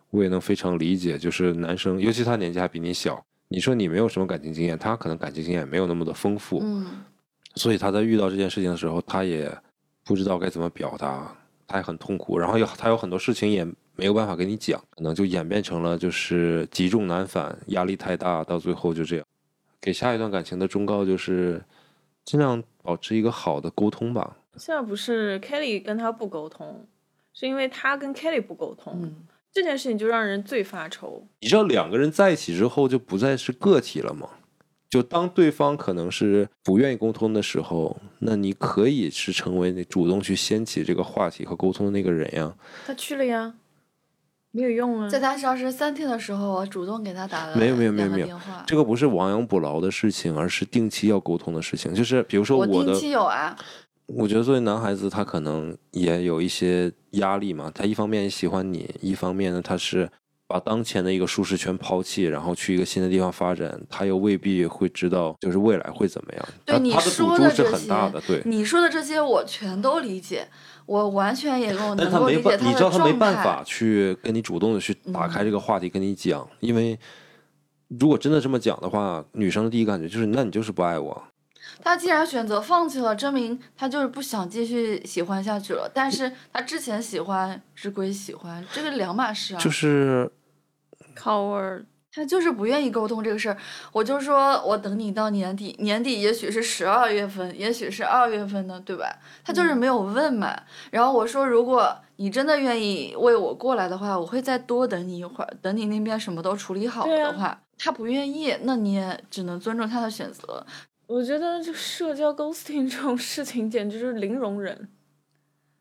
我也能非常理解，就是男生，尤其他年纪还比你小，你说你没有什么感情经验，他可能感情经验没有那么的丰富，嗯，所以他在遇到这件事情的时候，他也不知道该怎么表达，他也很痛苦，然后有他有很多事情也没有办法跟你讲，可能就演变成了就是积重难返，压力太大，到最后就这样。给下一段感情的忠告就是，尽量保持一个好的沟通吧。 现在不是 Kelly 跟他不沟通，是因为他跟 Kelly 不沟通，嗯这件事情就让人最发愁。你知道两个人在一起之后就不再是个体了吗？就当对方可能是不愿意沟通的时候，那你可以是成为你主动去掀起这个话题和沟通的那个人呀。他去了呀，没有用啊。在他消失三天的时候，我主动给他打了没有没有没有两个没有电话。这个不是亡羊补牢的事情，而是定期要沟通的事情。就是比如说我我定的，期有啊，我觉得作为男孩子，他可能也有一些压力嘛。他一方面喜欢你，一方面呢，他是把当前的一个舒适圈抛弃，然后去一个新的地方发展，他又未必会知道就是未来会怎么样。对他你他的说赌的注是这嗯很大的，对。你说的这些我全都理解，我完全也够但能他够没理解办，你知道的他没状办态法。去跟你主动的去打开这个话题跟你讲，因为如果真的这么讲的话，女生的第一感觉就是那你就是不爱我。他既然选择放弃了，证明他就是不想继续喜欢下去了。但是他之前喜欢是归喜欢，这个两码事啊。就是 coward 他就是不愿意沟通这个事儿，我就说我等你到年底，年底也许是十二月份，也许是二月份呢，对吧？他就是嗯没有问嘛。然后我说，如果你真的愿意为我过来的话，我会再多等你一会儿，等你那边什么都处理好对的啊话，他不愿意，那你也只能尊重他的选择。我觉得就社交 ghosting 这种事情简直就是零容忍。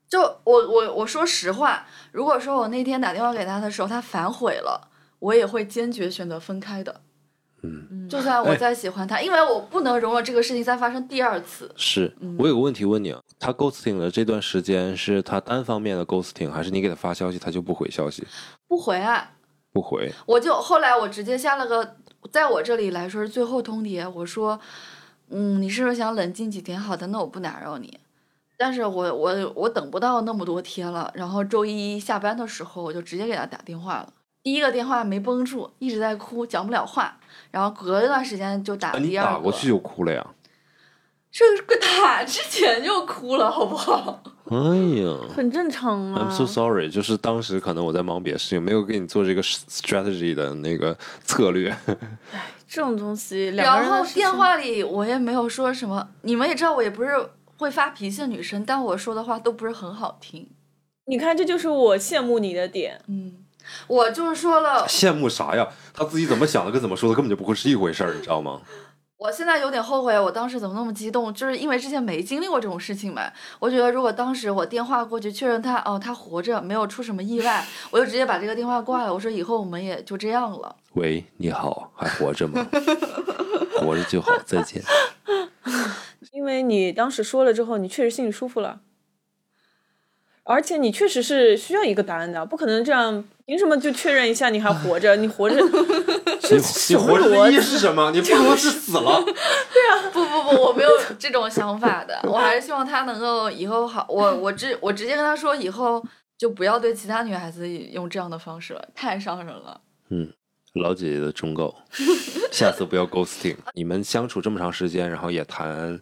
就我我我说实话，如果说我那天打电话给他的时候他反悔了，我也会坚决选择分开的。嗯就算我哎再喜欢他，因为我不能容忍这个事情再发生第二次。是嗯我有个问题问你啊，他 ghosting 的这段时间是他单方面的 ghosting，还是你给他发消息他就不回消息？不回啊，不回，我就后来我直接下了个，在我这里来说是最后通牒，我说，嗯，你是不是想冷静几天？好的，那我不打扰你。但是我我我等不到那么多天了，然后周一下班的时候，我就直接给他打电话了。第一个电话没绷住，一直在哭，讲不了话。然后隔一段时间就打啊了你第二个。打过去就哭了呀？这个 打之前就哭了，好不好？哎呀很正常啊。 ，I'm so sorry，就是嗯当时可能我在忙别的事情，没有给你做这个 strategy 的那个策略。 这种东西，两个然人的后事情电话里我也没有说什么，你们也知道我也不是会发脾气的女生，但我说的话都不是很好听。你看，这就是我羡慕你的点。嗯，我就是说了，羡慕啥呀？他自己怎么想的跟怎么说的根本就不会是一回事儿，你知道吗？我现在有点后悔，我当时怎么那么激动，就是因为之前没经历过这种事情嘛。我觉得如果当时我电话过去确认他哦他活着，没有出什么意外，我就直接把这个电话挂了。我说以后我们也就这样了。喂，你好，还活着 吗？活着就好，再见。因为你当时说了之后，你确实心里舒服了，而且你确实是需要一个答案的，不可能这样，凭什么就确认一下你还活着？你活着 你这你什么活着逻的意辑？义是什么？你不如是死了。不不不，我没有这种想法的，我还是希望他能够以后好。我我直我直接跟他说，以后就不要对其他女孩子用这样的方式了，太伤人了。嗯老姐姐的忠告，下次不要 ghosting。你们相处这么长时间，然后也谈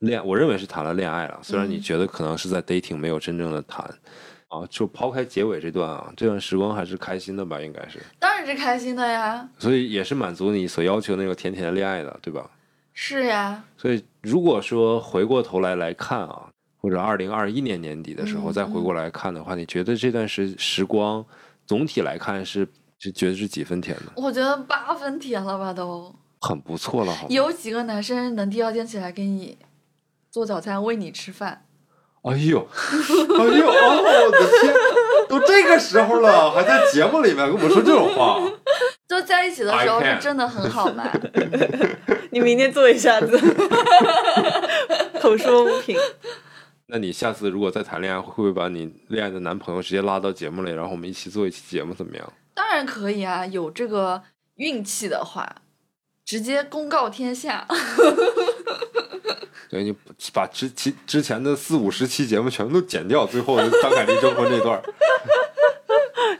恋，我认为是谈了恋爱了，虽然嗯你觉得可能是在 dating 没有真正的谈。啊，就抛开结尾这段啊，这段时光还是开心的吧，应该是，当然是开心的呀，所以也是满足你所要求那种甜甜的恋爱的，对吧？是呀，所以如果说回过头来来看啊，或者二零二一年年底的时候嗯再回过来看的话，你觉得这段时时光总体来看是是觉得是几分甜的？我觉得八分甜了吧都。很不错了，好吗？有几个男生能第二天起来给你做早餐，喂你吃饭？哎呦，哎呦，哦，我的天，都这个时候了，还在节目里面跟我们说这种 话，就在一起的时候 I 是 can 真的很好嘛。你明天做一下子， 口说无凭。那你下次如果再谈恋爱，会不会把你恋爱的男朋友直接拉到节目里，然后我们一起做一期节目，怎么样？当然可以啊，有这个运气的话，直接公告天下。 对，你不把之其之前的四五十期节目全部都剪掉，最后张凯丽征婚这段儿，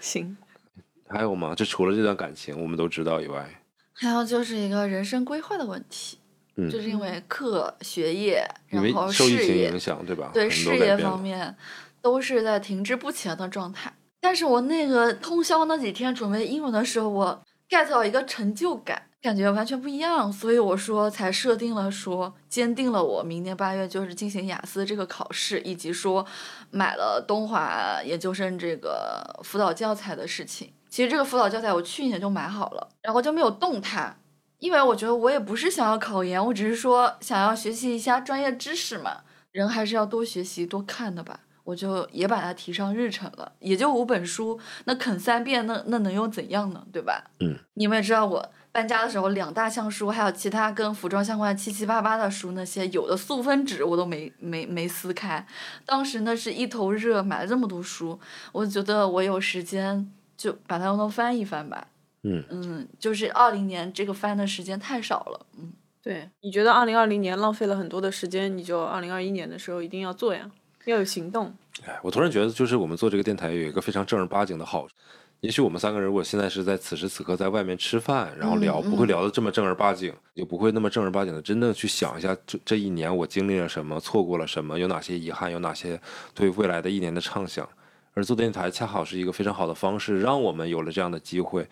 行， 还有吗？就除了这段感情我们都知道以外，还有就是一个人生规划的问题，嗯就是因为课、学业，因为然后受疫事情业影，响，对吧？对很事多业改变方了。面都是在停滞不前的状态。但是我那个通宵那几天准备英文的时候，我 get 到一个成就感，感觉完全不一样，所以我说才设定了说，坚定了我明年八月就是进行雅思这个考试，以及说买了东华研究生这个辅导教材的事情。其实这个辅导教材我去年就买好了，然后就没有动它，因为我觉得我也不是想要考研，我只是说想要学习一下专业知识嘛。人还是要多学习、多看的吧。我就也把它提上日程了，也就五本书，那啃三遍，那那能又怎样呢？对吧？嗯，你们也知道我搬家的时候，两大箱书，还有其他跟服装相关七七八八的书，那些有的塑封纸我都没没没撕开。当时呢是一头热，买了这么多书，我觉得我有时间就把它都翻一翻吧。嗯嗯，就是二零年这个翻的时间太少了，嗯，对，你觉得二零二零年浪费了很多的时间，你就二零二一年的时候一定要做呀，要有行动。哎，我突然觉得，就是我们做这个电台有一个非常正儿八经的好处。也许我们三个人，如果现在是在此时此刻在外面吃饭，然后聊，嗯嗯不会聊得这么正儿八经，也不会那么正儿八经的，真正去想一下这这一年我经历了什么，错过了什么，有哪些遗憾，有哪些对未来的一年的畅想。而做电台恰好是一个非常好的方式，让我们有了这样的机会，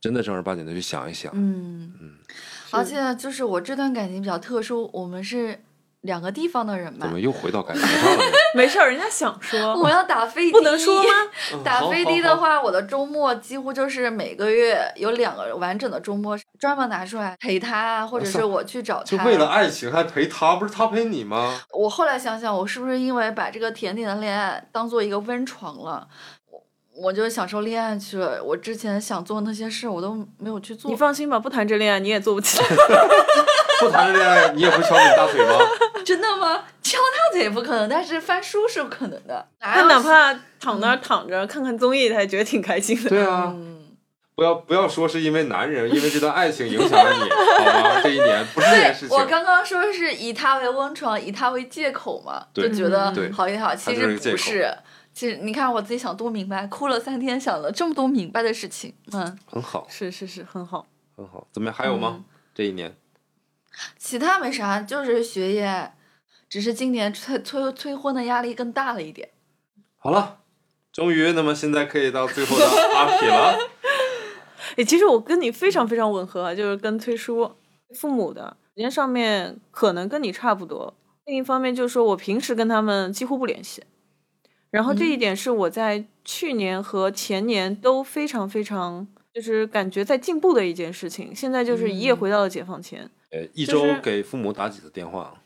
真的正儿八经的去想一想。嗯嗯，而且就是我这段感情比较特殊，我们是两个地方的人怎嘛么，又回到感情上了呢？没事儿，人家想我说，们要打飞机，不能说 吗？嗯打好飞好的的好话，我的周末几乎就是每个月有两个完整的周末是专门拿出来陪他啊，或者哦哇是我去找就他。为了爱情还陪他，不是他陪你吗？我后来想想，我是不是因为把这个甜甜的恋爱当做一个温床了？我我就享受恋爱去了。我之前想做那些事，我都没有去做你。放心吧，不谈这恋爱你也做不 起来。不谈恋爱你也会敲你大腿吗？真的吗？ 敲他嘴不可能，但是翻书是可能的。哪他 有哪怕躺那儿躺着看看综艺，他也觉得挺开心的。 对啊，嗯，不要不要说是因为男人，因为这段爱情影响了你，好吗？这一年不是这件事情我，刚刚说是以他为温床，以他为借口嘛，对嗯就觉得对好也好，他其就实是一个借口不是。其实你看，我自己想多明白，哭了三天，想了这么多明白的事情。嗯，很好，是是是，很好。很好。怎么样？还有嗯吗？这一年其他没啥，就是学业，只是今年催催催婚的压力更大了一点。好了，终于，那么现在可以到最后的阿痞了。诶，哎其实我跟你非常非常吻合啊，就是跟崔叔父母的时间上面可能跟你差不多。另一方面就是说我平时跟他们几乎不联系，然后这一点是我在去年和前年都非常非常就是感觉在进步的一件事情。现在就是一夜回到了解放前，呃，一就周是给父母打几次电话？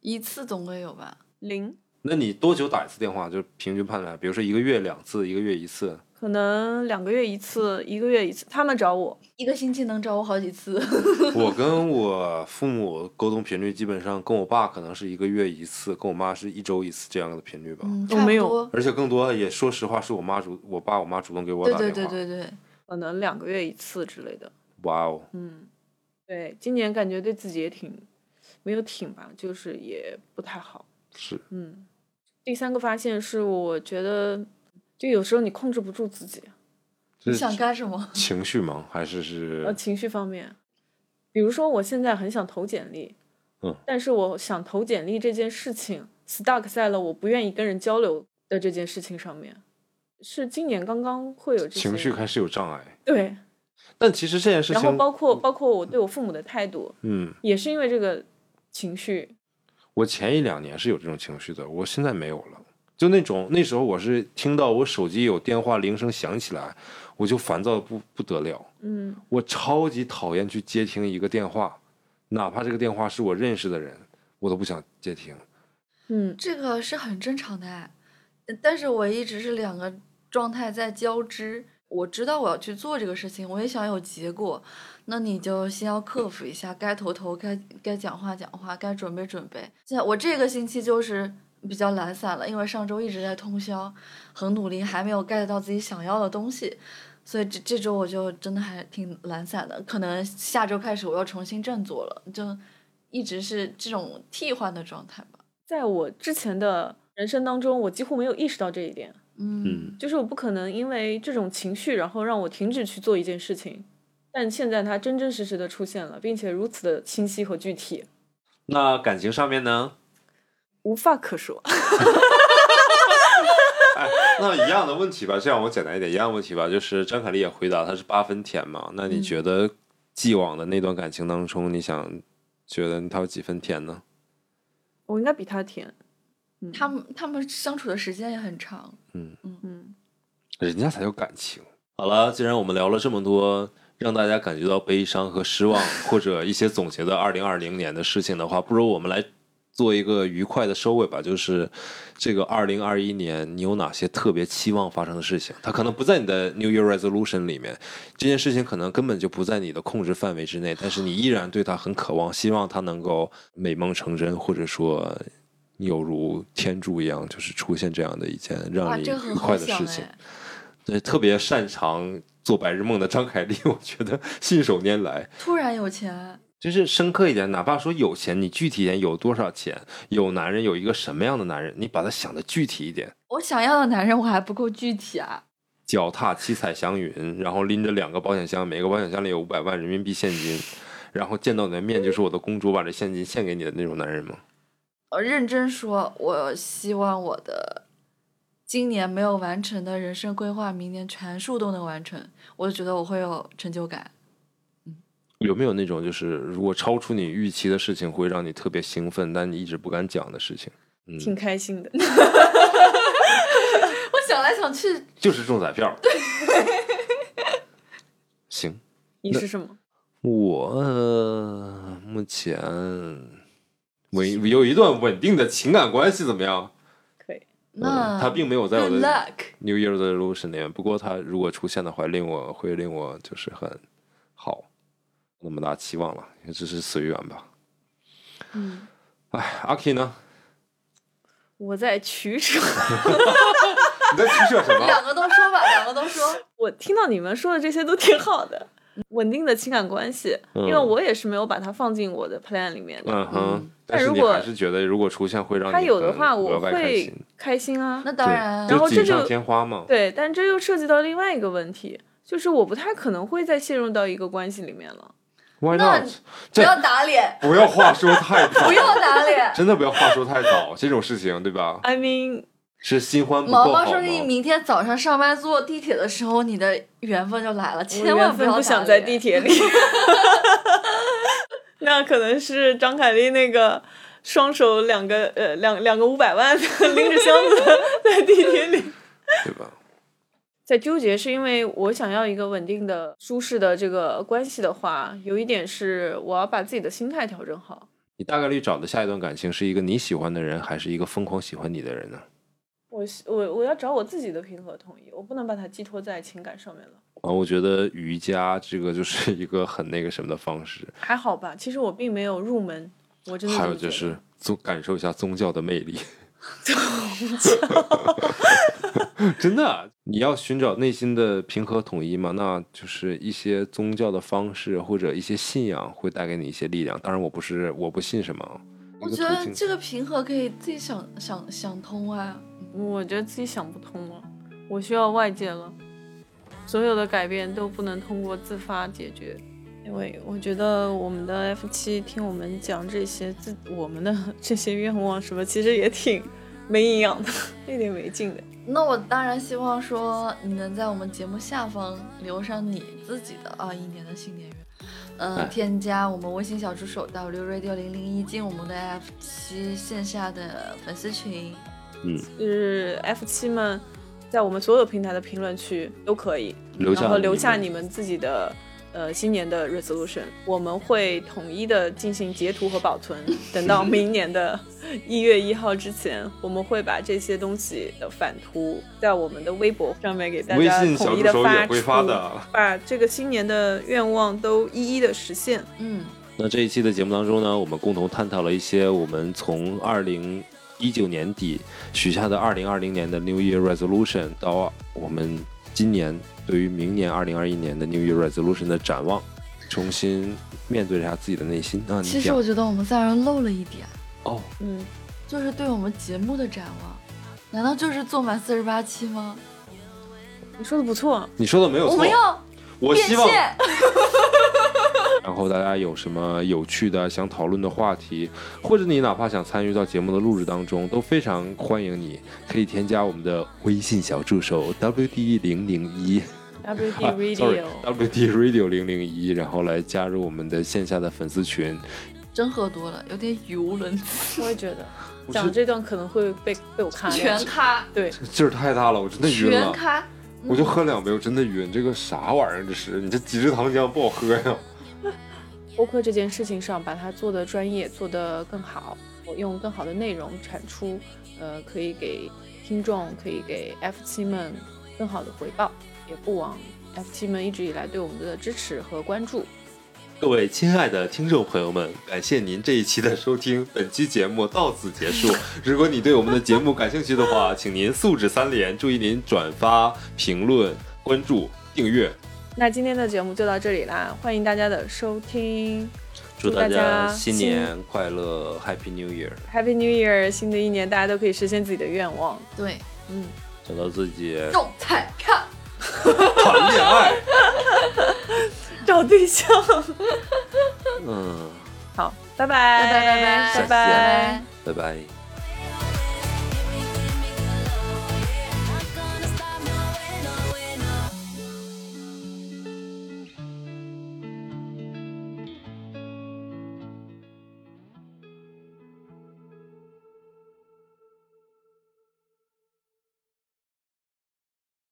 一次总归有吧？零那你多久打一次电话？就是平均判断，比如说一个月两次，一个月一次。可能两个月一次，一个月一次，他们找我。一个星期能找我好几次。我跟我父母沟通频率基本上跟我爸可能是一个月一次，跟我妈是一周一次这样的频率吧。嗯，我差不没有多。而且更多也说实话，是我妈主，我爸我妈主动给我对打电对话。对对对，可能两个月一次之类的。哇哦，嗯，对，今年感觉对自己也挺没有挺吧，就是也不太好。是嗯，第三个发现是，我觉得就有时候你控制不住自己，这你是想干什么？情绪吗？还是是呃，情绪方面，比如说我现在很想投简历，嗯，但是我想投简历这件事情 stuck 在了我不愿意跟人交流的这件事情上面，是今年刚刚会有这情绪些开始有障碍？对，但其实这件事然后情，包括包括我对我父母的态度，嗯，也是因为这个情绪，我前一两年是有这种情绪的，我现在没有了。就那种那时候，我是听到我手机有电话铃声响起来，我就烦躁得不不得了。嗯。我超级讨厌去接听一个电话，哪怕这个电话是我认识的人，我都不想接听。嗯，这个是很正常的啊，但是我一直是两个状态在交织。我知道我要去做这个事情，我也想有结果，那你就先要克服一下，该投投，该该讲话讲话，该准备准备。现在我这个星期就是比较懒散了，因为上周一直在通宵，很努力，还没有 get 到自己想要的东西，所以这这周我就真的还挺懒散的。可能下周开始我要重新振作了，就一直是这种替换的状态吧。在我之前的人生当中，我几乎没有意识到这一点，嗯就是我不可能因为这种情绪，然后让我停止去做一件事情。但现在它真真实实的出现了，并且如此的清晰和具体，那感情上面呢？无话可说。 那一样的问题吧，这样我简单一点，一样的问题吧，就是张凯丽也回答，她是八分甜嘛。那你嗯觉得既往的那段感情当中，你想觉得她有几分甜呢？我应该比他甜，他们他们相处的时间也很长，嗯，人家才有感情。好了，既然我们聊了这么多让大家感觉到悲伤和失望，或者一些总结的二零二零年的事情的话，不如我们来做一个愉快的收尾吧。就是这个二零二一年，你有哪些特别期望发生的事情？它可能不在你的 New Year Resolution 里面，这件事情可能根本就不在你的控制范围之内，但是你依然对它很渴望，希望它能够美梦成真，或者说。有如天助一样，就是出现这样的一件哇，让你这个愉啊很快好的想事情。哎。对，特别擅长做白日梦的张凯丽，我觉得信手拈来。突然有钱，就是深刻一点，哪怕说有钱，你具体一点，有多少钱，有男人，有一个什么样的男人，你把它想的具体一点。我想要的男人我还不够具体啊。脚踏七彩祥云，然后拎着两个保险箱，每个保险箱里有五百万人民币现金，然后见到你的面就说我的公主，我把这现金献给你的那种男人吗？我认真说，我希望我的今年没有完成的人生规划，明年全数都能完成，我就觉得我会有成就感。 有没有那种就是如果超出你预期的事情会让你特别兴奋，但你一直不敢讲的事情？挺开心的。我想来想去，就是中彩票。行，你是什么？我、呃目前稳有一段稳定的情感关系怎么样？可以，那嗯它并没有在我 good 的 luck。 New Year Resolution 里面，不过它如果出现的话，令我会令我就是很好，那么大期望了，也只是随缘吧。嗯，哎，阿 K 呢？我在取舍。 你在取舍什么？两个都说吧，两个都说。我听到你们说的这些都挺好的，稳定的情感关系，因为嗯我也是没有把它放进我的 plan 里面 的。嗯哼，但但是如你果还是觉得如果出现会让你它有的很话，额我外开会心开心啊。那当对然，就然后锦这上就添花嘛。对，但这又涉及到另外一个问题，就是我不太可能会再陷入到一个关系里面了。 Why 那 not？不这 要打脸，不要话说太早，不要打脸。真的不要话说太早，这种事情对吧？ I mean，是新欢不够毛好呃毛吗？说不定明天早上上班坐地铁的时候，你的缘分就来了，我千万缘不分要不打想脸在地。铁里。 那可能是张凯丽那个双手两个呃两两个五百万拎着箱 子在地铁里。对吧？在纠结，是因为我想要一个稳定的、舒适的这个关系的话，有一点是我要把自己的心态调整好。你大概率找的下一段感情是一个你喜欢的人，还是一个疯狂喜欢你的人呢？我是我我要找我自己的平和统一，我不能把它寄托在情感上面了。啊，我觉得瑜伽这个就是一个很那个什么的方式。还好吧，其实我并没有入门，我真的还这有么觉就得是宗感受一下宗教的魅力。 真的啊，你要寻找内心的平和统一嘛？那就是一些宗教的方式或者一些信仰会带给你一些力量。当然，我不是我不信什么啊，我一个觉得途径这个平和可以自己想想想通啊。我觉得自己想不通了，我需要外界了，所有的改变都不能通过自发解决。因为我觉得我们的 F 七听我们讲这些自我们的 这些愿望什么，其实也挺没营养的， 一点没劲的。那我当然希望说你能在我们节目下方留上你自己的二一年的新年愿，嗯、哎添加我们微信小助手 W Radio 零零一进我们的 F 七线下的粉丝群。就是 F 七们在我们所有平台的评论区都可以，留下然后留下你你们自己的呃新年的 resolution，我们会统一的进行截图和保 存，等到明年的一月一号之前，我们会把这些东西的反图在我们的微博上面给大微家信小统一助的手也出，会发的。把这个新年的愿望都一一的实现。嗯，那这一期的节目当中呢，我们共同探讨了一些我们从二零一九年底许下的二零二零年的 New Year Resolution，到我们今年对于明年二零二一年的 New Year Resolution 的展望，重新面对一下自己的内心啊。其你实讲我觉得我们三人漏了一点，哦，嗯，就是对我们节目的展望，难道就是做满四十八期吗？你说的不错，你说的没有我错们，要我变希望。现。然后大家有什么有趣的想讨论的话题，或者你哪怕想参与到节目的录制当中，都非常欢迎你，可以添加我们的微信小助手 WD 零零一。 WD sorry Radio，、 WD Radio 零零一，然后来加入我们的线下的粉丝群。 真喝多了，有点语无伦次，啊我也觉得我讲是这段可能会被被我卡掉全。咖，对，劲儿太大了，我真的晕全了。咖。我就喝两杯，我真的晕。这个啥玩意儿？这是你这几支糖浆不好喝呀？播客这件事情上，把它做的专业，做得更好，我用更好的内容产出，呃，可以给听众，可以给 F 七们更好的回报，也不枉 F 七们一直以来对我们的支持和关注。各位亲爱的听众朋友们，感谢您这一期的收听，本期节目到此结 束。如果你对我们的节目感兴趣的话，请您素质三连，注意您转发、评论、关注、订阅。那今天的节目就到这里啦，欢迎大家的收听祝大大家家新年快乐，Happy New Year！ ，Happy New Year！新的一年大家都可以实现自己的愿望。对，嗯，找到自己，中彩票。 谈恋爱。找对象。 嗯，好，拜拜，哎拜拜拜拜拜拜拜。